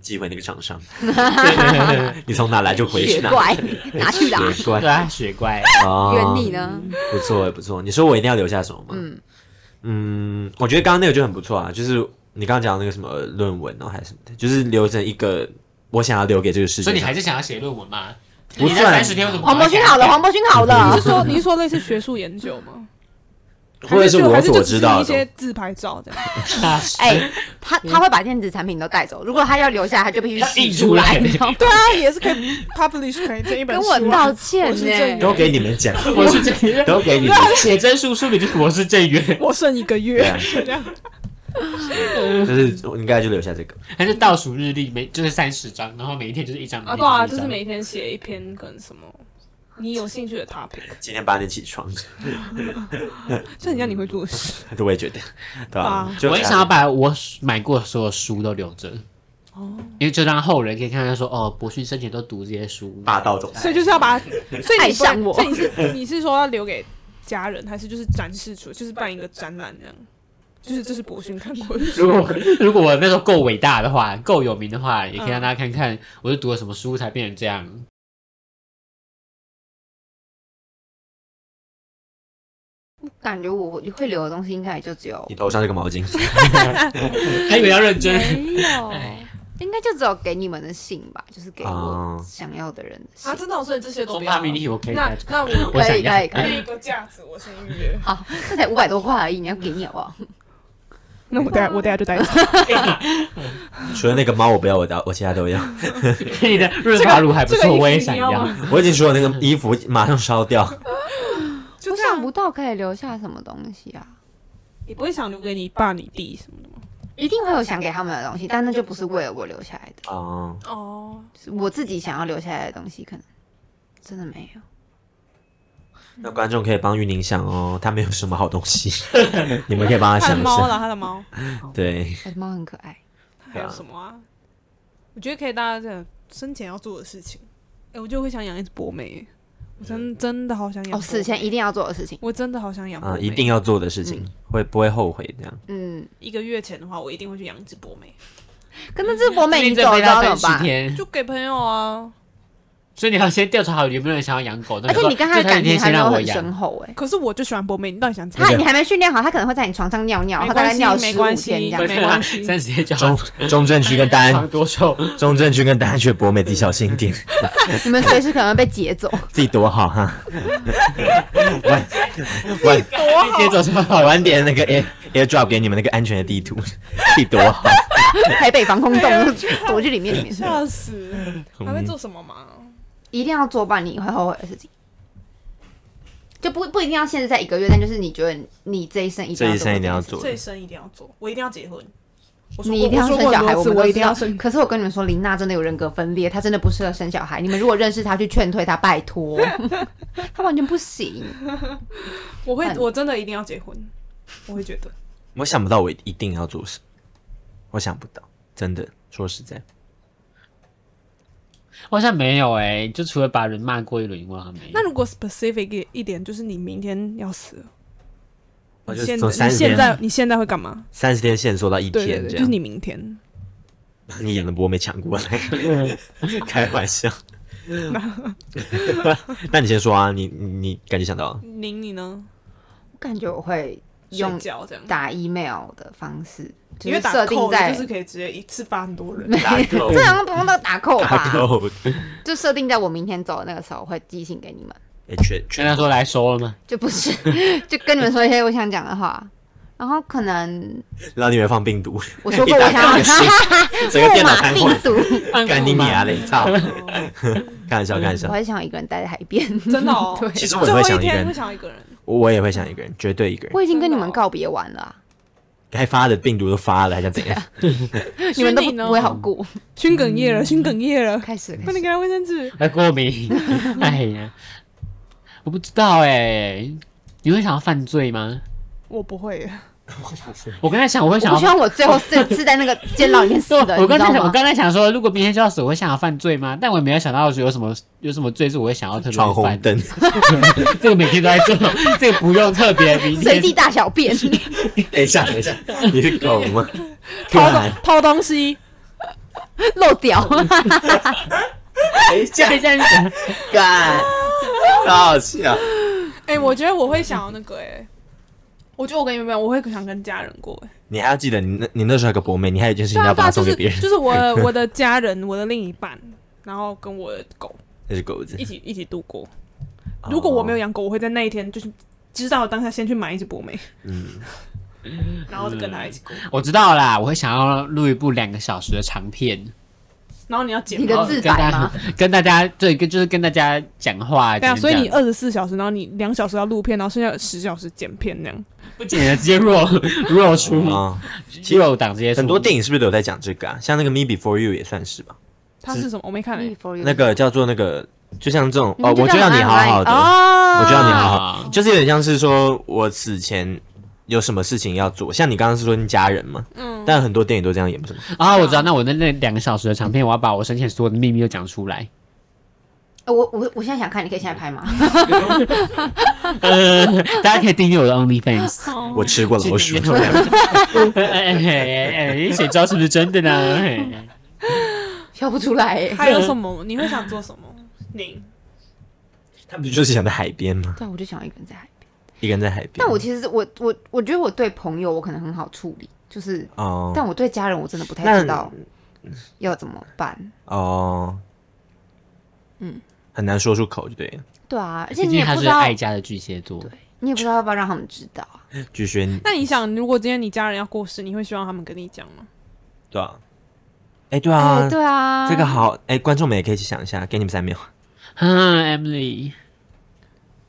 B: 寄回那个厂商， 你从哪来就回去
A: 雪
B: 哪。
A: 怪，拿去啦！
B: 雪怪
D: 对啊，雪怪，
B: 哦
A: 圆你呢？
B: 不错不错，你说我一定要留下什么吗？嗯
A: 嗯
B: 我觉得刚刚那个就很不错啊，就是你刚刚讲的那个什么论文哦，还是什么的，就是留成一个我想要留给这个世界
D: 所
B: 上。
D: 以你还是想要写论文吗？
B: 不
D: 你那
B: 算
D: 三十天有什么？
A: 黄伯勋 好了，黄伯勋好
C: 你
A: 了
B: 啊
C: 是，说你是说类似学术研究吗？
B: 或者是我
C: 还就
B: 所
C: 还是就只
B: 知
C: 是
B: 道
C: 一些
B: 的，
C: 自拍照这样。
D: 啊
A: 哎，他他会把电子产品都带走，如果他要留下，他就必须
D: 要
A: 洗
D: 印出来
A: 你知道吗？
C: 对啊，也是可以 publish 可以 这一本
A: 跟
C: 书
A: 我
C: 啊。
A: 道歉
C: 我是正
A: 呢
C: 源，
B: 都给你们 讲，
D: 我是郑源，
B: 都给你们
D: 写真书书名就是我是郑源，
C: 我剩一个月
B: 对啊，
C: 这样
B: 就是你应该就留下这个。
D: 还是倒数日历，每就是三十张，然后每一天就是一张，
C: 啊，
D: 每一
C: 对
D: 天
C: 啊，
D: 一
C: 就
D: 张
C: 是每天写一篇跟什么你有兴趣的 topic，
B: 今天八点起床，
C: 就很像你会做的事。
B: 我也觉得，对吧、
C: 哇
B: 就
D: 我也想要把我买过的所有书都留着，
C: 哦，
D: 因为就让后人可以看看说，哦，博勋生前都读这些书，
B: 霸道总
C: 所
B: 裁
C: 以，就是要把，所以你不会
A: 爱上我
C: 所以你是你是说要留给家人，还是就是展示出，就是办一个展览这样？就是这是博勋看过的书，
D: 如果如果我那时候够伟大的话，够有名的话，也可以让大家看看，我是读了什么书才变成 这样。
A: 感觉我会留的东西应该也就只有，
B: 你头上这个毛巾，
D: 还以为要认真，
C: 没有
A: 应该就只有给你们的信吧，就是给我
D: 啊
B: 哦
A: 想要的人的信。
C: 啊，真的哦，所以这些都
D: 中
C: 不
D: 大
C: 要。
D: 迷你 我可以
C: 那
D: 带着。
C: 那我
D: 我想
A: 可以
D: 要
A: 可以可以
C: 那个架子我先预约。
A: 好，这才五百多块而已，你要给你好不 好？
C: 那我等下我等下就带走。
B: 除了那个猫我不要，我的我其他都要。
D: 你的润滑乳还不
C: 这个
D: 错，
C: 衣服
D: 我也想
C: 你要
D: 要
C: 吗。
B: 我已经说了那个衣服马上烧掉，
C: 就
A: 我
C: 这样
A: 想不到可以留下什么东西啊，
C: 你不会想留给你爸、你弟什么的吗？
A: 一定会有想给他们的东西，但那就不是为了我留下来的，
B: 哦、
C: 哦，
A: 是我自己想要留下来的东西，可能真的没有。
B: 那观众可以帮玉宁想哦，他没有什么好东西，你们可以帮他
C: 他的
B: 想一
C: 猫
B: 下。
C: 啦，他的猫，
B: 对，
A: 我的 猫很可爱，
C: 还有什么啊？我觉得可以大家这样生前要做的事情。哎、我就会想养一只博美耶，我真真的好想养。
A: 哦，死前一，定要做的事情，
C: 我真的好想养博
B: 啊，
C: 美。
B: 一定要做的事
C: 嗯
B: 情，会不会后悔这样？
A: 嗯，
C: 一个月前的话，我一定会去养一只博美，
A: 可那这博美
D: 最
A: 你
D: 近这
A: 走了
D: 没
A: 之后
D: 到
A: 怎
D: 三
A: 么
D: 十
A: 办？
D: 天，
C: 就给朋友啊。
D: 所以你要先调查好有没有人想要养狗。那
A: 而且
D: 说
A: 你跟他的
D: 最后
A: 感
D: 一
A: 情
D: 天
A: 还
D: 先
A: 没有
D: 让我
A: 很
D: 养
A: 深，厚哎、
C: 可是我就喜欢博美，你到底想怎
A: 他
C: 样？
A: 你还没训练好，他可能会在你床上尿尿，
C: 没
A: 他大概
C: 关系
A: 尿
C: 没
A: 十五
C: 关系
A: 天这样
C: 没。关系
D: 三十天就
B: 中
D: 要
B: 中正区跟大
D: 长
B: 安，
D: 多久？
B: 中正区跟大安区的博美自己小心一点，
A: 你们随时可能会被劫走。
B: 自己多好哈。晚晚
C: 多
D: 一天
C: 好！
D: 走什么好玩？
B: 晚点那个 air airdrop 给你们那个安全的地图，自己多好。
A: 台北防空洞
C: 啊
A: 躲去里面里面，
C: 吓死！
B: 嗯
C: 还会做什么吗？
A: 一定要做办你会后悔的事情，就不不一定要限制在一个月，但就是你觉得你这一生一定
B: 这
A: 要
B: 一
A: 做的
B: 生一定要
A: 事情
B: 做
C: 这，一生一定要做，我一定要结婚。我说
A: 你一定要
C: 我说
A: 生
C: 过
A: 小孩，我
C: 很多次
A: 们
C: 我
A: 都
C: 一
A: 一
C: 定
A: 定
C: 要
A: 要
C: 生。
A: 可是我跟你们说，林娜真的有人格分裂，她真的不适合生小孩。你们如果认识她，去劝退她，拜托， 她完全不行。
C: 我会，
A: 嗯
C: 我真的一定要结婚。我会觉得，
B: 我想不到我一定要做什么，我想不到，真的说实在，
D: 我好像没有哎，就除了把人骂过一轮以外，好像没有。
C: 那如果 specific 一点，就是你明天要死了，
B: 我就
C: 现
B: 从三
C: 在你
B: 十
C: 现在
B: 天
C: 你现在会干嘛？
B: 三十天限缩到一
C: 对对
B: 天
C: 对，
B: 这
C: 就是
B: 样。
C: 你明天。
B: 你演的波没抢过来，
A: 嗯
B: 开玩 笑。那你先说啊，你你你感觉想到了
C: 您你呢？
A: 我感觉我会
C: 睡
A: 用
C: 觉这样，
A: 打 email 的方式，就
C: 因为
A: 是
C: 打
A: 设定
C: 扣
A: 在
C: 就是可以直接一次发很多 人。
B: 打勾
A: 这好啊像不用到打扣
B: 打
A: 吧？
B: 勾，
A: 就设定在我明天走的那个时候会寄信给你们，
B: 哎，全
D: 跟他
B: 全
D: 说来收了吗？
A: 就不是 就跟你们说一些我想讲的话，然后可能
B: 让你们放病毒，
A: 我说 过我想要
B: 整个
A: 木
B: 电脑
A: 马
B: 瘫
A: 病
B: 痪，
A: 毒，
B: 干你娘嘞！操，开玩笑，开玩
A: 我
B: 笑，
A: 还想要一个人待在海边，
C: 真的哦
A: 对，
B: 其实我
C: 最
B: 也会
C: 后一
B: 想一个
C: 天会
B: 人，
C: 想要一个人，
B: 我也会想一个人，绝对一个人。
A: 我已经跟你们告别完了啊、
B: 该发的病毒都发了，还想怎样？
A: 你们都不
C: 虚拟呢
A: 不会好过。
C: 心哽咽了，
B: 嗯
C: 心哽 咽了，
A: 开始，
C: 快点给他卫生纸。
D: 哎，过敏， 哎呀，我不知道哎、你会想要犯罪吗？
C: 我不会，
D: 我刚才想，我会
A: 我
D: 想
A: 不希
D: 要。
A: 望我最后是是在那个监 牢里面死
D: 对，
A: 的，
D: 我
A: 你
D: 刚
A: 知
D: 才
A: 道
D: 想，我
A: 吗？
D: 刚才想说，如果明天就要死，我会想要犯罪吗？但我也没有想到有什么有什么罪是我会想要特别去
B: 闯红
D: 犯 的。
B: 灯，
D: 这个每天都在做，这个不用特别明
A: 随
D: 天
A: 地大小 便，
B: 等一下，等一下， 你是狗吗？突
C: 偷东
B: 然，
C: 偷东西，
A: 漏掉，
B: 等一下，
D: 这样子，
B: 哎 干，超好笑。嗯
C: 哎，我觉得我会想要那个，哎，我觉得我跟你们一样，我会想跟家人过，哎，
B: 你还要记得，你那你那时候有个博妹，你还有一件事
C: 对
B: 情
C: 啊，
B: 要
C: 对
B: 把
C: 啊，
B: 它
C: 就
B: 送
C: 是
B: 给别人，
C: 就是我 的我的家人，我的另一半，然后跟我的狗
B: 那是狗子
C: 一。起一起度过。如果我没有养狗，我会在那一天就是知道当下先去买一只博美，
B: 嗯，
C: 然后就跟他一起过。
D: 我知道啦，我会想要录一部两个小时的长片，
C: 然后你要剪
A: 你
C: 报
A: 的
D: 后
A: 哦自
D: 跟
A: 白
D: 大
A: 吗？
D: 跟大家对，跟就是跟大家讲话。
C: 对啊，
D: 就是
C: 所以
D: 这
C: 你
D: 样
C: 二十四小时，然后你两小时要录片，然后剩下十小时剪片那样。
D: 不仅直接 roll roll 出
B: 啊，
D: roll 档直接出
B: 很多电影是不是都有在讲这个啊？像那个《Me Before You》也算是吧，
C: 它是什么？我没看、欸。
B: 那个叫做那个，就像这种
A: 嗯你
B: 哦，
A: 们
B: 我
A: 就
B: 就
A: 叫
B: 要你
A: 很
B: 好
A: 爱
B: 好的，
A: 哦
B: 我就要你好好
D: 啊，
B: 就是有点像是说我此前有什么事情要做，像你刚刚是说你家人嘛，
C: 嗯，
B: 但很多电影都这样演，不是吗？
D: 啊，我知道，那我那那两个小时的长片，我要把我生前所有的秘密都讲出来。
A: 呃我我我现在想看，你可以现在拍吗？
D: 呃，大家可以订阅我的 OnlyFans。
C: 嗯
B: 我吃过老鼠
D: 去。订阅我的哎哎哎，谁知道是不是真的呢？哎
A: 笑不出来欸耶。
C: 还有什么？你会想做什么？ 你
B: 他不就是想在海边吗？
A: 对啊，我就想要一个人在海边。
B: 一个人在海边。
A: 但我其实是我我我觉得我对朋友我可能很好处理，就是，
B: 哦
A: 但我对家人我真的不太
B: 那
A: 知道要怎么办。
B: 哦，
A: 嗯，
B: 很难说出口，就对了。
A: 对啊，而且
D: 毕
A: 你
D: 竟
A: 也
D: 他
A: 不
D: 是
A: 知道，
D: 爱家的巨蟹座，
A: 你也不知道要不要让他们知道啊。
B: 巨轩，
C: 那你想，如果今天你家人要过世，你会希望他们跟你讲吗？
B: 对啊，哎，对
A: 哎
B: 啊，
A: 对啊，
B: 这个好，哎，观众们也可以去想一下，给你们三 秒。
D: 啊，Emily，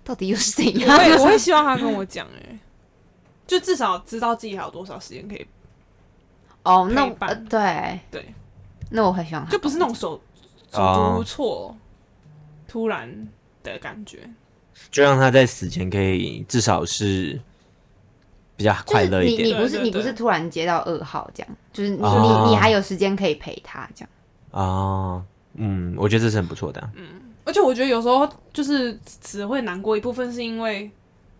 A: 到底又是怎
C: 我会，
A: 样？
C: 我会希望他跟我讲，哎，就至少知道自己还有多少时间可以，
A: 哦，那
C: 陪伴
A: 呃对
C: 对，
A: 那我很喜欢他
C: 就不是那种手手足无措、突然的感觉。
B: 就让他在死前可以至少是比较快乐一
A: 就是你
B: 点
A: 你不是
C: 对对
A: 你不是
C: 对
A: 突然接到噩耗这样，就是你、
B: 哦
A: 你你还有时间可以陪他这样。
B: 哦。嗯，我觉得这是很不错的啊。
A: 嗯
C: 而且我觉得有时候就是只会难过一部分，是因为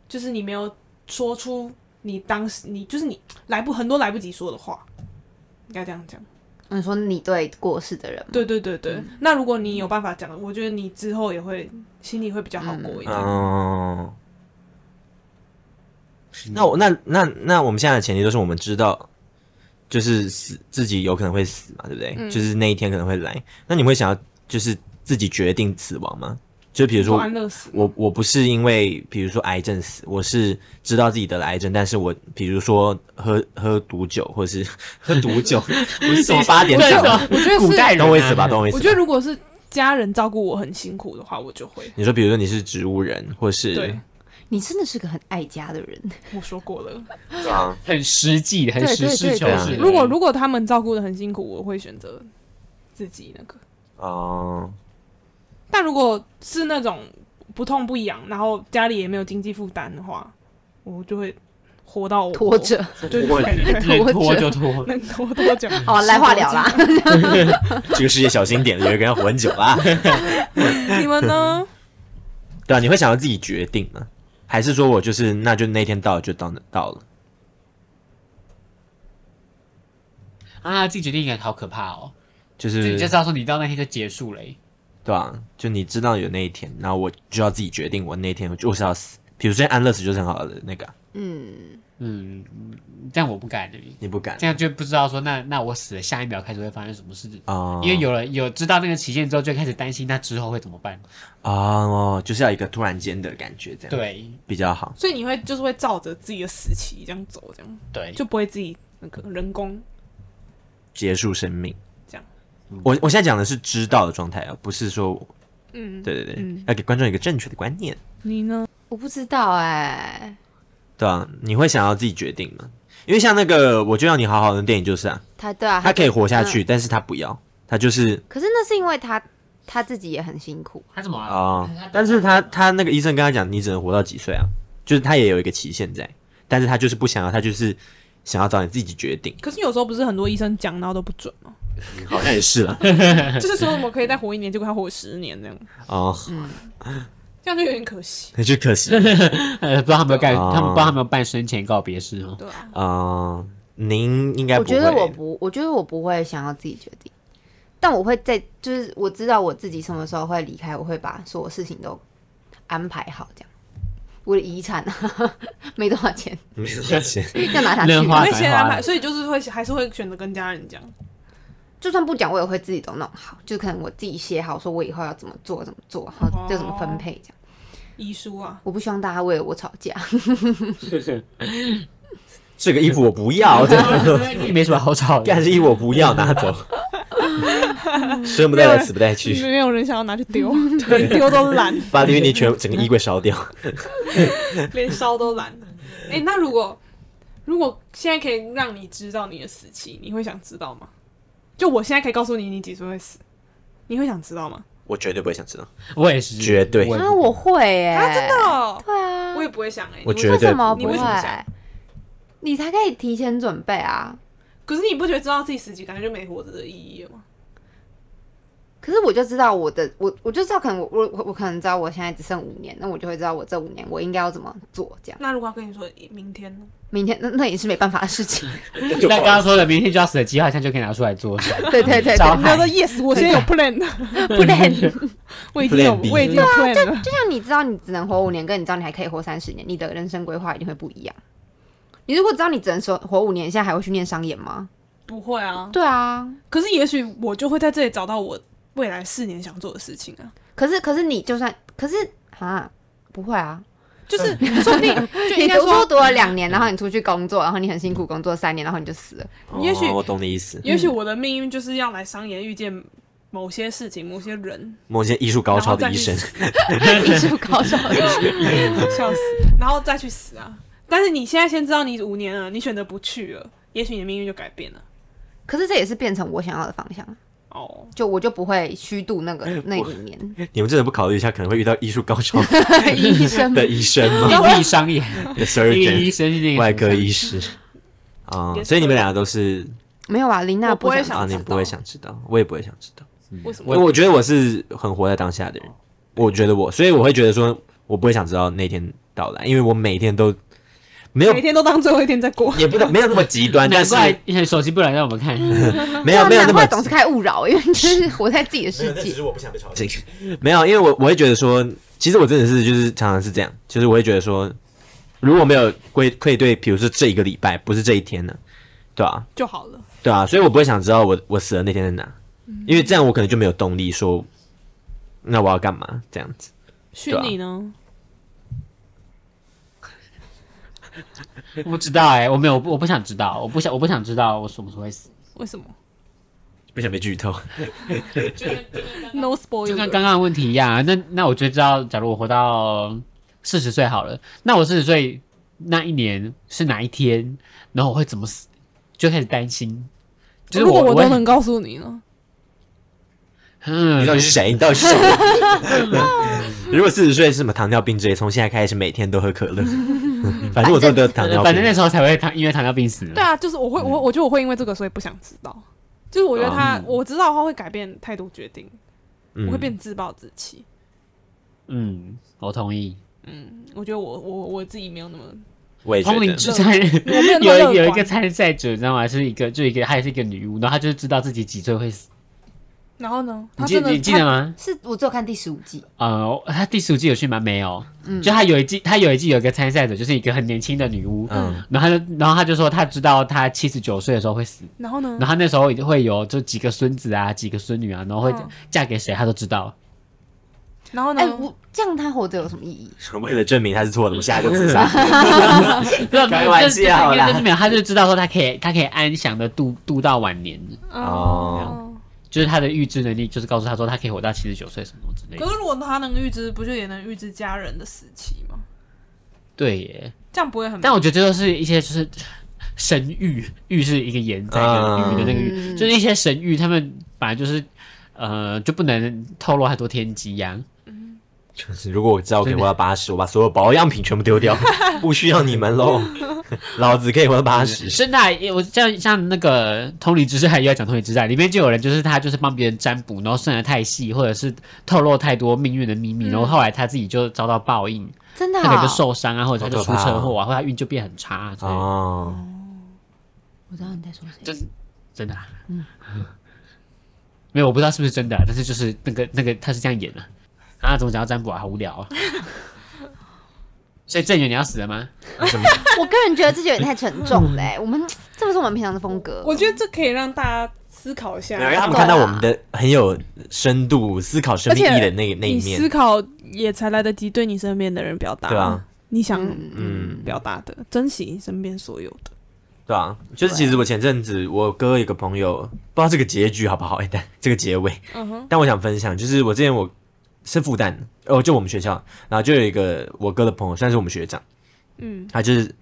C: 就是你没有说出你当时你就是你来不很多来不及说的话，应该这样讲。
A: 你说你对过世的人嗯吗？
C: 对对对对，那如果你有办法讲，我觉得你之后也会心里会比较好过一点。
B: 嗯，那我那那那我们现在的前提都是我们知道，就是死自己有可能会死嘛，对不对？
A: 嗯
B: 就是那一天可能会来。那你会想要就是自己决定死亡吗？就比如说
C: 安乐死，
B: 我我不是因为比如说癌症死，我是知道自己得了癌症，但是我比如说喝喝毒酒或者是 喝毒酒，不是什么八点
D: 对
B: 档，
D: 啊
C: 我觉得
D: 古代
C: 是，
D: 人啊
B: 懂我意思吧？懂我意
C: 我
B: 思
C: 觉
B: 吧
C: 得。如果是家人照顾我很辛苦的话，我就会。
B: 你说，比如说你是植物人，或是
C: 对，
A: 你真的是个很爱家的人。
C: 我说过了。
B: 啊，
D: 很实际，很
A: 对
D: 实事
A: 对对啊
D: 求
B: 对
D: 是。
C: 如果如果他们照顾的很辛苦，我会选择自己那个。
B: 哦，
C: 但如果是那种不痛不痒，然后家里也没有经济负担的话，我就会活到我
A: 拖，着，
C: 对
D: 拖
C: 对，
A: 对
D: 能拖就 拖，
C: 能活多久？
A: 好啊来话聊啦。
B: 这个世界小心点，有一个人要活很久 啊。
C: 你们呢？
B: 对啊，你会想要自己决定吗？还是说我就是那就那天到了就到了到了？
D: 啊，自己决定感好可怕哦。
B: 就
D: 就你
B: 是
D: 就知道说你到那天就结束了欸，
B: 对啊，就你知道有那一天，然后我就要自己决定我那天我就是要死。比如说安乐死就是很好的那个啊，
A: 嗯，
D: 嗯，这样我不敢，
B: 你不敢
D: 这样就不知道说那那我死了下一秒开始会发生什么事，情。
B: 啊？
D: 因为有了有知道那个期限之后，就开始担心那之后会怎么办。
B: 啊哦，就是要一个突然间的感觉，这样
D: 对
B: 比较好。
C: 所以你会就是会照着自己的死期这样走，这样
D: 对，
C: 就不会自己那个人工。
B: 结束生命。
C: 这样
B: 我我现在讲的是知道的状态啊，不是说
C: 嗯，
B: 对对对，要给观众一个正确的观念，
C: 你呢？
A: 我不知道哎、
B: 对啊，你会想要自己决定吗？因为像那个我就要你好好的电影就是啊，
A: 他对啊，
B: 他可以活下
A: 嗯
B: 去，但是他不要，他就是
A: 可是那是因为他他自己也很辛苦。
D: 他怎么了
B: 啊、但是他他那个医生跟他讲，你只能活到几岁啊，就是他也有一个期限在，但是他就是不想要，他就是想要找你自己决定，
C: 可是有时候不是很多医生讲到都不准哦吗？
B: 好像也是了
C: 就是说我可以再活一年，结果他活十年这样，
B: 哦，
C: 这样就有点可惜。
B: 那就可惜
D: 呃，不知道他们有干，
B: 哦
D: 他们不知道他们有办生前告别式 吗？
C: 对啊，
B: 啊、呃您应该
A: 我
B: 不会，
A: 觉得我不，我觉得我不会想要自己决定，但我会在就是我知道我自己什么时候会离开，我会把所有事情都安排好这样。我的遗产啊， 没多少钱，
B: 没关系。
A: 要拿下去
D: 任
C: 我
D: 花
A: 啊。
C: 会先
D: 白花
C: 安
D: 了
C: 排，所以就是会还是会选择跟家人讲。
A: 就算不讲，我也会自己都弄好，就可能我自己写好，说我以后要怎么做，怎么做，然后就怎么分配这样。
C: 遗书啊，
A: 我不希望大家为了我吵架。
B: 这 个衣服我不要，这个
D: 哎没什么好吵
B: 干
D: 的。
B: 这衣服我不要，拿走。生不带来，死不带去，
C: 没有人想要拿去 丢，连 丢都懒，
B: 把李云迪全整个衣柜烧掉。
C: 连烧都懒。哎、那如果如果现在可以让你知道你的死期，你会想知道吗？就我现在可以告诉你你几岁会死，你会想知道吗？
B: 我绝对不会想知道，
D: 我也是，
B: 绝对
D: 也
A: 啊，我会哎、
C: 啊，真的、哦，
A: 对啊，
C: 我也不会想哎、
B: 我
C: 你
B: 觉
C: 会
A: 为
B: 绝对
A: 什么
B: 不
A: 不
C: 会
A: 会
C: 你为什么想？
A: 你才可以提前准备啊！
C: 可是你不觉得知道自己死期，感觉就没活着的意义了吗？
A: 可是我就知道我的，我我就知道，可能我我我我可能知道我现在只剩五年，那我就会知道我这五年我应该要怎么做。这样，
C: 那如果要跟你说明天呢？
A: 明天 那那也是没办法的事情。
D: 那刚刚说的明天就要死的计划，现在就可以拿出来做。
A: 对对对
D: 小
A: 对，
D: 孩
C: 说 yes，我现在有 plan，
A: 不然
C: 我已经有
B: Plan B
C: 我已经有 plan 了。
A: 就像你知道你只能活五年，跟你知道你还可以活三十年，你的人生规划一定会不一样。你如果知道你只能活活五年，现在还会去念商演吗？
C: 不会啊，
A: 对啊，
C: 可是也许我就会在这里找到我未来四年想做的事情啊。
A: 可是可是你就算可是啊，不会啊。
C: 就是
B: 嗯
C: 说 不定就 应
A: 你
C: 该
A: 读书
C: 说，
A: 读了两年，然后你出去工作，然后你很辛苦工作三年，然后你就死 了。
C: 也许
B: 哦我懂你意思，
C: 也许我的命运就是要来商演遇见某些事情、某些人，
B: 某些艺术高超的医生
C: 然，
A: 艺术高手，
C: 笑死，然后再去死啊！但是你现在先知道你五年了，你选择不去了，也许你的命运就改变了。
A: 可是这也是变成我想要的方向，啊
C: 哦，
A: 就我就不会虚度那个
C: 哎
A: 那五年
B: 你们真的不考虑一下可能会遇到艺术高超
A: 医生。
B: 的医生吗
D: 利益商 业，
B: ？The
D: 利益
B: surgeon，
D: 医生是那个
B: 外科医师。啊、
C: 也是
B: 所以你们俩都是
A: 没有啊，琳娜
C: 我不会
A: 想
B: 啊，
C: 想知
B: 你
C: 道
B: 们不会想知道，我也不会想知道。
C: 为什么？
B: 我我哦觉得我是很活在当下的人，我觉得我，所以我会觉得说，我不会想知道那天到来，因为我每天都没有
C: 每，天都当最后一天在过，
B: 也不能没有那么极 端，但
D: 难
B: 是
D: 怪你手机不能让我们 看，
B: 没
A: 对
B: 有
A: 啊
B: 没有那
A: 难
B: 么
A: 怪总是开勿扰，因为就是活在自己的世界。
B: 我不想被吵醒。 没有，因为我我会觉得说，其实我真的是就是常常是这样，就是我会觉得说，如果没有愧愧对，比如说这一个礼拜，不是这一天呢，对啊，
C: 就好了。
B: 对啊，所以我不会想知道我我死的那天在哪，
A: 嗯
B: 因为这样我可能就没有动力说，那我要干嘛这样子。
C: 虚
B: 对啊
C: 拟呢？
D: 我不知道哎，我没有，我不我不想知道，我不想，我不想知道我什么时候会死。
C: 为什么
B: 不想被剧透，
C: ？No
D: 就
C: spoiler。
D: 跟刚刚的问题一样啊，那那我就知道，假如我活到四十岁好了，那我四十岁那一年是哪一天，然后我会怎么死，就开始担心。就是
C: 如果
D: 我
C: 我
D: 会
C: 都能告诉你呢？
D: 嗯
B: 你到底是谁？你到底是谁？如果四十岁是什么糖尿病之类，从现在开始每天都喝可乐，反正我都得糖尿病，
D: 反正那时候才会糖，因为糖尿病死了。
C: 对啊，就是我会，
D: 嗯
C: 我我觉得我会因为这个所以不想知道。就是我觉得他，
D: 啊
B: 嗯
C: 我知道的话会改变态度决定，我会
B: 嗯
C: 变自暴自弃。
D: 嗯，我同意。
C: 我觉得我我我自己没 有那么
B: 我也觉
D: 通灵
B: 得
D: 之战
C: 我没有那么乐
D: 有
C: 观
D: 有一个参赛者，你知道吗？是一个，就一个，她也是一个女巫，然后她就是知道自己几岁会死。
C: 然后呢，
D: 你
C: 他
D: 记
C: 真的
D: 你记得吗？
A: 是我只有看第十五季，
D: 呃，她第十五季有去吗？没有。
C: 嗯
D: 就她有一季，她有一季有一个参赛者，就是一个很年轻的女巫。
B: 嗯
D: 然后她就，然后她就说，她知道她七十九岁的时候会死，
C: 然后呢
D: 然？后她那时候会有就几个孙子啊，几个孙女啊，然后会
C: 嗯
D: 嫁给谁，她都 知道。
C: 然后呢
A: 哎、？我这样他活着有什么意义？
B: 为了证明他是错的，我下一个自杀。
D: 开
B: 开玩笑啦
D: 就是没有，她就知道说她可以，她可以安详的度度到晚年，
C: 嗯
B: 哦。
D: 就是她的预知能力，就是告诉她说她可以活到七十九岁什么之类的
C: 可。是如果他能预知，不就也能预知家人的死期吗？
D: 对耶。
C: 这样不会很……
D: 但我觉得这都是一些就是神谕，谕是一个言在一个
B: 嗯
D: 玉的那个玉，就是一些神谕，他们本来就是呃就不能透露太多天机呀、
B: 如果我知道我可以活到八十，我把所有保养品全部丢掉， 不需要你们喽。 老子可以活到八十。
D: 真的啊、因为我像像那个《通灵之战》又要讲《通灵之战》，里面就有人就是他就是帮别人占卜，然后算的太细，或者是透露太多命运的秘密，然后后来他自己就遭到报应，
A: 真的、
D: 他可
A: 啊
D: 能就，受伤嗯啊，或者他就
B: 好
D: 出
B: 可怕啊
D: 车祸啊，或者他运就变很差啊之类的，
B: 哦，
A: 我知道你在说谁。
D: 真真的、啊。 没有，我不知道是不是真的啊、但是就是那个那个他是这样演的啊，怎么讲到占卜啊，好无聊 啊。所以郑源你要死了吗？
A: 我个人觉得这就有点太沉重嘞、我们这不是我们平常的风格。
C: 我觉得这可以让大家思考一下
B: 没有让他们看到我们的很有深度思考生命意义的那那一
C: 你思
B: 面，
C: 考也才来得及对你身边的人表达，
B: 对啊，
C: 你想
B: 嗯
C: 表达的，珍惜你身边所有的。
B: 对啊，就是其实我前阵子我哥有个朋友，不知道这个结局好不好，哎但这个结尾，
C: 嗯哼，
B: 但我想分享，就是我之前我是复旦，哦，就我们学校，然后就有一个我哥的朋友，算是我们学长，
C: 嗯
B: 他就是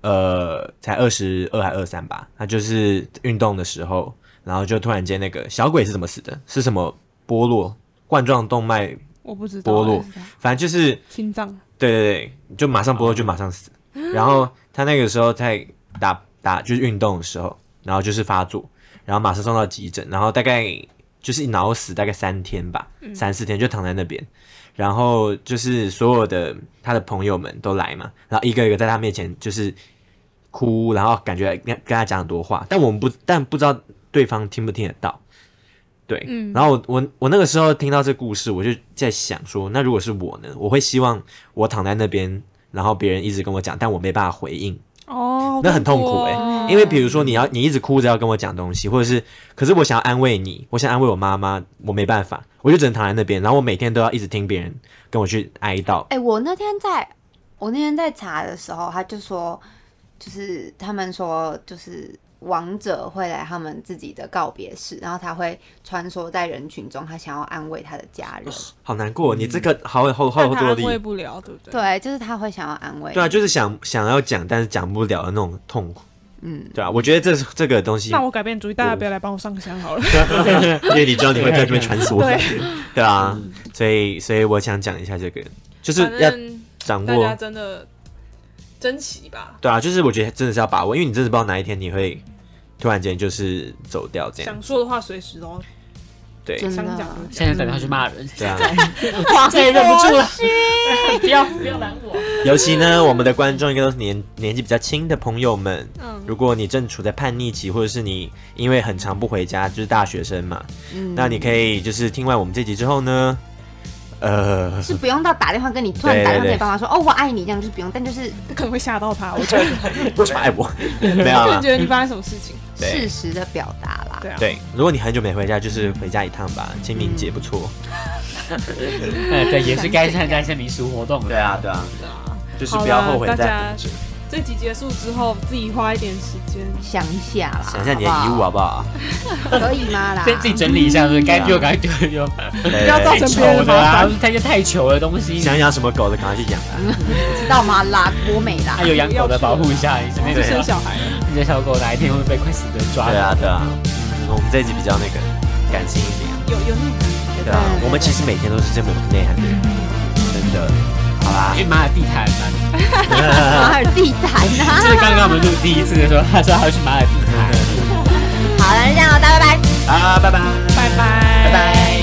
B: 呃才二十二还二三吧，他就是运动的时候，然后就突然间那个小鬼是怎么死的？是什么剥落？冠状动脉，
C: 我不知道
B: 剥落
C: 哎
B: 反正就是
C: 心脏，
B: 对对对，就马上剥落就马上死。然后他那个时候在打打就是运动的时候，然后就是发作，然后马上送到急诊，然后大概就是脑死大概三天吧，三四天就躺在那边。然后就是所有的他的朋友们都来嘛，然后一个一个在他面前就是哭，然后感觉跟跟他讲很多话，但我们不但不知道对方听不听得到。对，
C: 嗯
B: 然后我我我那个时候听到这故事，我就在想说，那如果是我呢？我会希望我躺在那边，然后别人一直跟我讲，但我没办法回应，
C: 哦，
B: 那很痛苦
C: 哎、
B: 哎、
A: 哦
B: 因为比如说你要你一直哭着要跟我讲东西，或者是，可是我想要安慰你，我想安慰我妈妈，我没办法，我就只能躺在那边，然后我每天都要一直听别人跟我去哀悼。
A: 哎、我那天在，我那天在查的时候，他就说，就是他们说，就是王者会来他们自己的告别式，然后他会穿梭在人群中，他想要安慰他的家
D: 哦
A: 人。
B: 好难过，你这个好有后
C: 但
B: 后
C: 他
B: 坐
C: 安
B: 力。嗯
C: 慰不了，对不对？
A: 对，就是他会想要安慰。
B: 对啊，就是想想要讲，但是讲不了的那种痛苦。
A: 嗯，
B: 对啊，我觉得这是这个东西，
C: 那我 改变主意，大家不要来帮我上香好了。
B: 因为你知道你会在这边穿梭，
C: 对，
B: 对啊，所以所以我想讲一下这个，就是
C: 反
B: 要
C: 正
B: 掌
C: 大家
B: 握，
C: 真的珍惜吧，
B: 对啊，就是我觉得真的是要把握，因为你真的不知道哪一天你会突然间就是走掉这样
C: 想，说的话随时都
B: 对
A: 真
C: 想
A: 的嗯
C: 讲就
D: 现
C: 讲。
D: 在打电话去骂人，
B: 对啊。
D: 哇塞，忍不住了，不要不要拦我。
B: 尤其呢，我们的观众应该都是年年纪比较轻的朋友们。
C: 嗯，
B: 如果你正处在叛逆期，或者是你因为很长不回家，就是大学生嘛，
A: 嗯
B: 那你可以就是听完我们这集之后呢，呃，
A: 是不用到打电话跟你突然打电话跟你爸妈说哦我爱你这样，就是不用，但就是
C: 可能会吓到他，我觉得。
B: 为什么爱我？ 没有
C: 个
B: 啦
C: 人，觉得你发生什么事情？
B: 对
A: 事实的表达啦。
C: 对啊，
B: 对，如果你很久没回家，就是回家一趟吧，清明节不错。
D: 哎，对，也是该参加一 些民俗活动了。，
B: 对啊，
C: 对啊。
B: 就是不要后悔
C: 好啦大
B: 再
C: 家
B: 活着。
C: 这集结束之后，自己花一点时间。
A: 想一下啦，
B: 想一下你的遗物
A: 好
B: 好不 好？
A: 不好，可以吗啦？
D: 先自己整理一下，是不是该
B: 对啊
D: 丢赶快丢一丢，
B: 不
C: 要造
D: 太
C: 成
D: 丑
C: 别人的
D: 的
C: 麻
D: 啦
C: 烦，
D: 太些太糗的东西。
B: 想养什么狗的，赶快去养啊！
A: 知道吗？啦，国美 啦
D: 还，有养狗的保护一下，你身边
C: 就
D: 的
C: 生小孩了，
D: 你的小狗哪一天会被快死的抓
B: 对
D: 到
B: 啊，？对啊，嗯我们这一集比较那个感性一点，
C: 有有那个。
A: 对对，
B: 对啊
A: 对
B: 我们其实每天都是这么有内涵的人，真的。好啦，
D: 去马尔地毯嘛，
A: 马尔地毯
D: 就
A: 啊
D: 是。刚刚我们录第一次的时候，他说他要去马尔地毯，
A: 好了，那这样了，大家拜拜。
B: 啊，拜拜，
C: 拜拜，拜
D: 拜。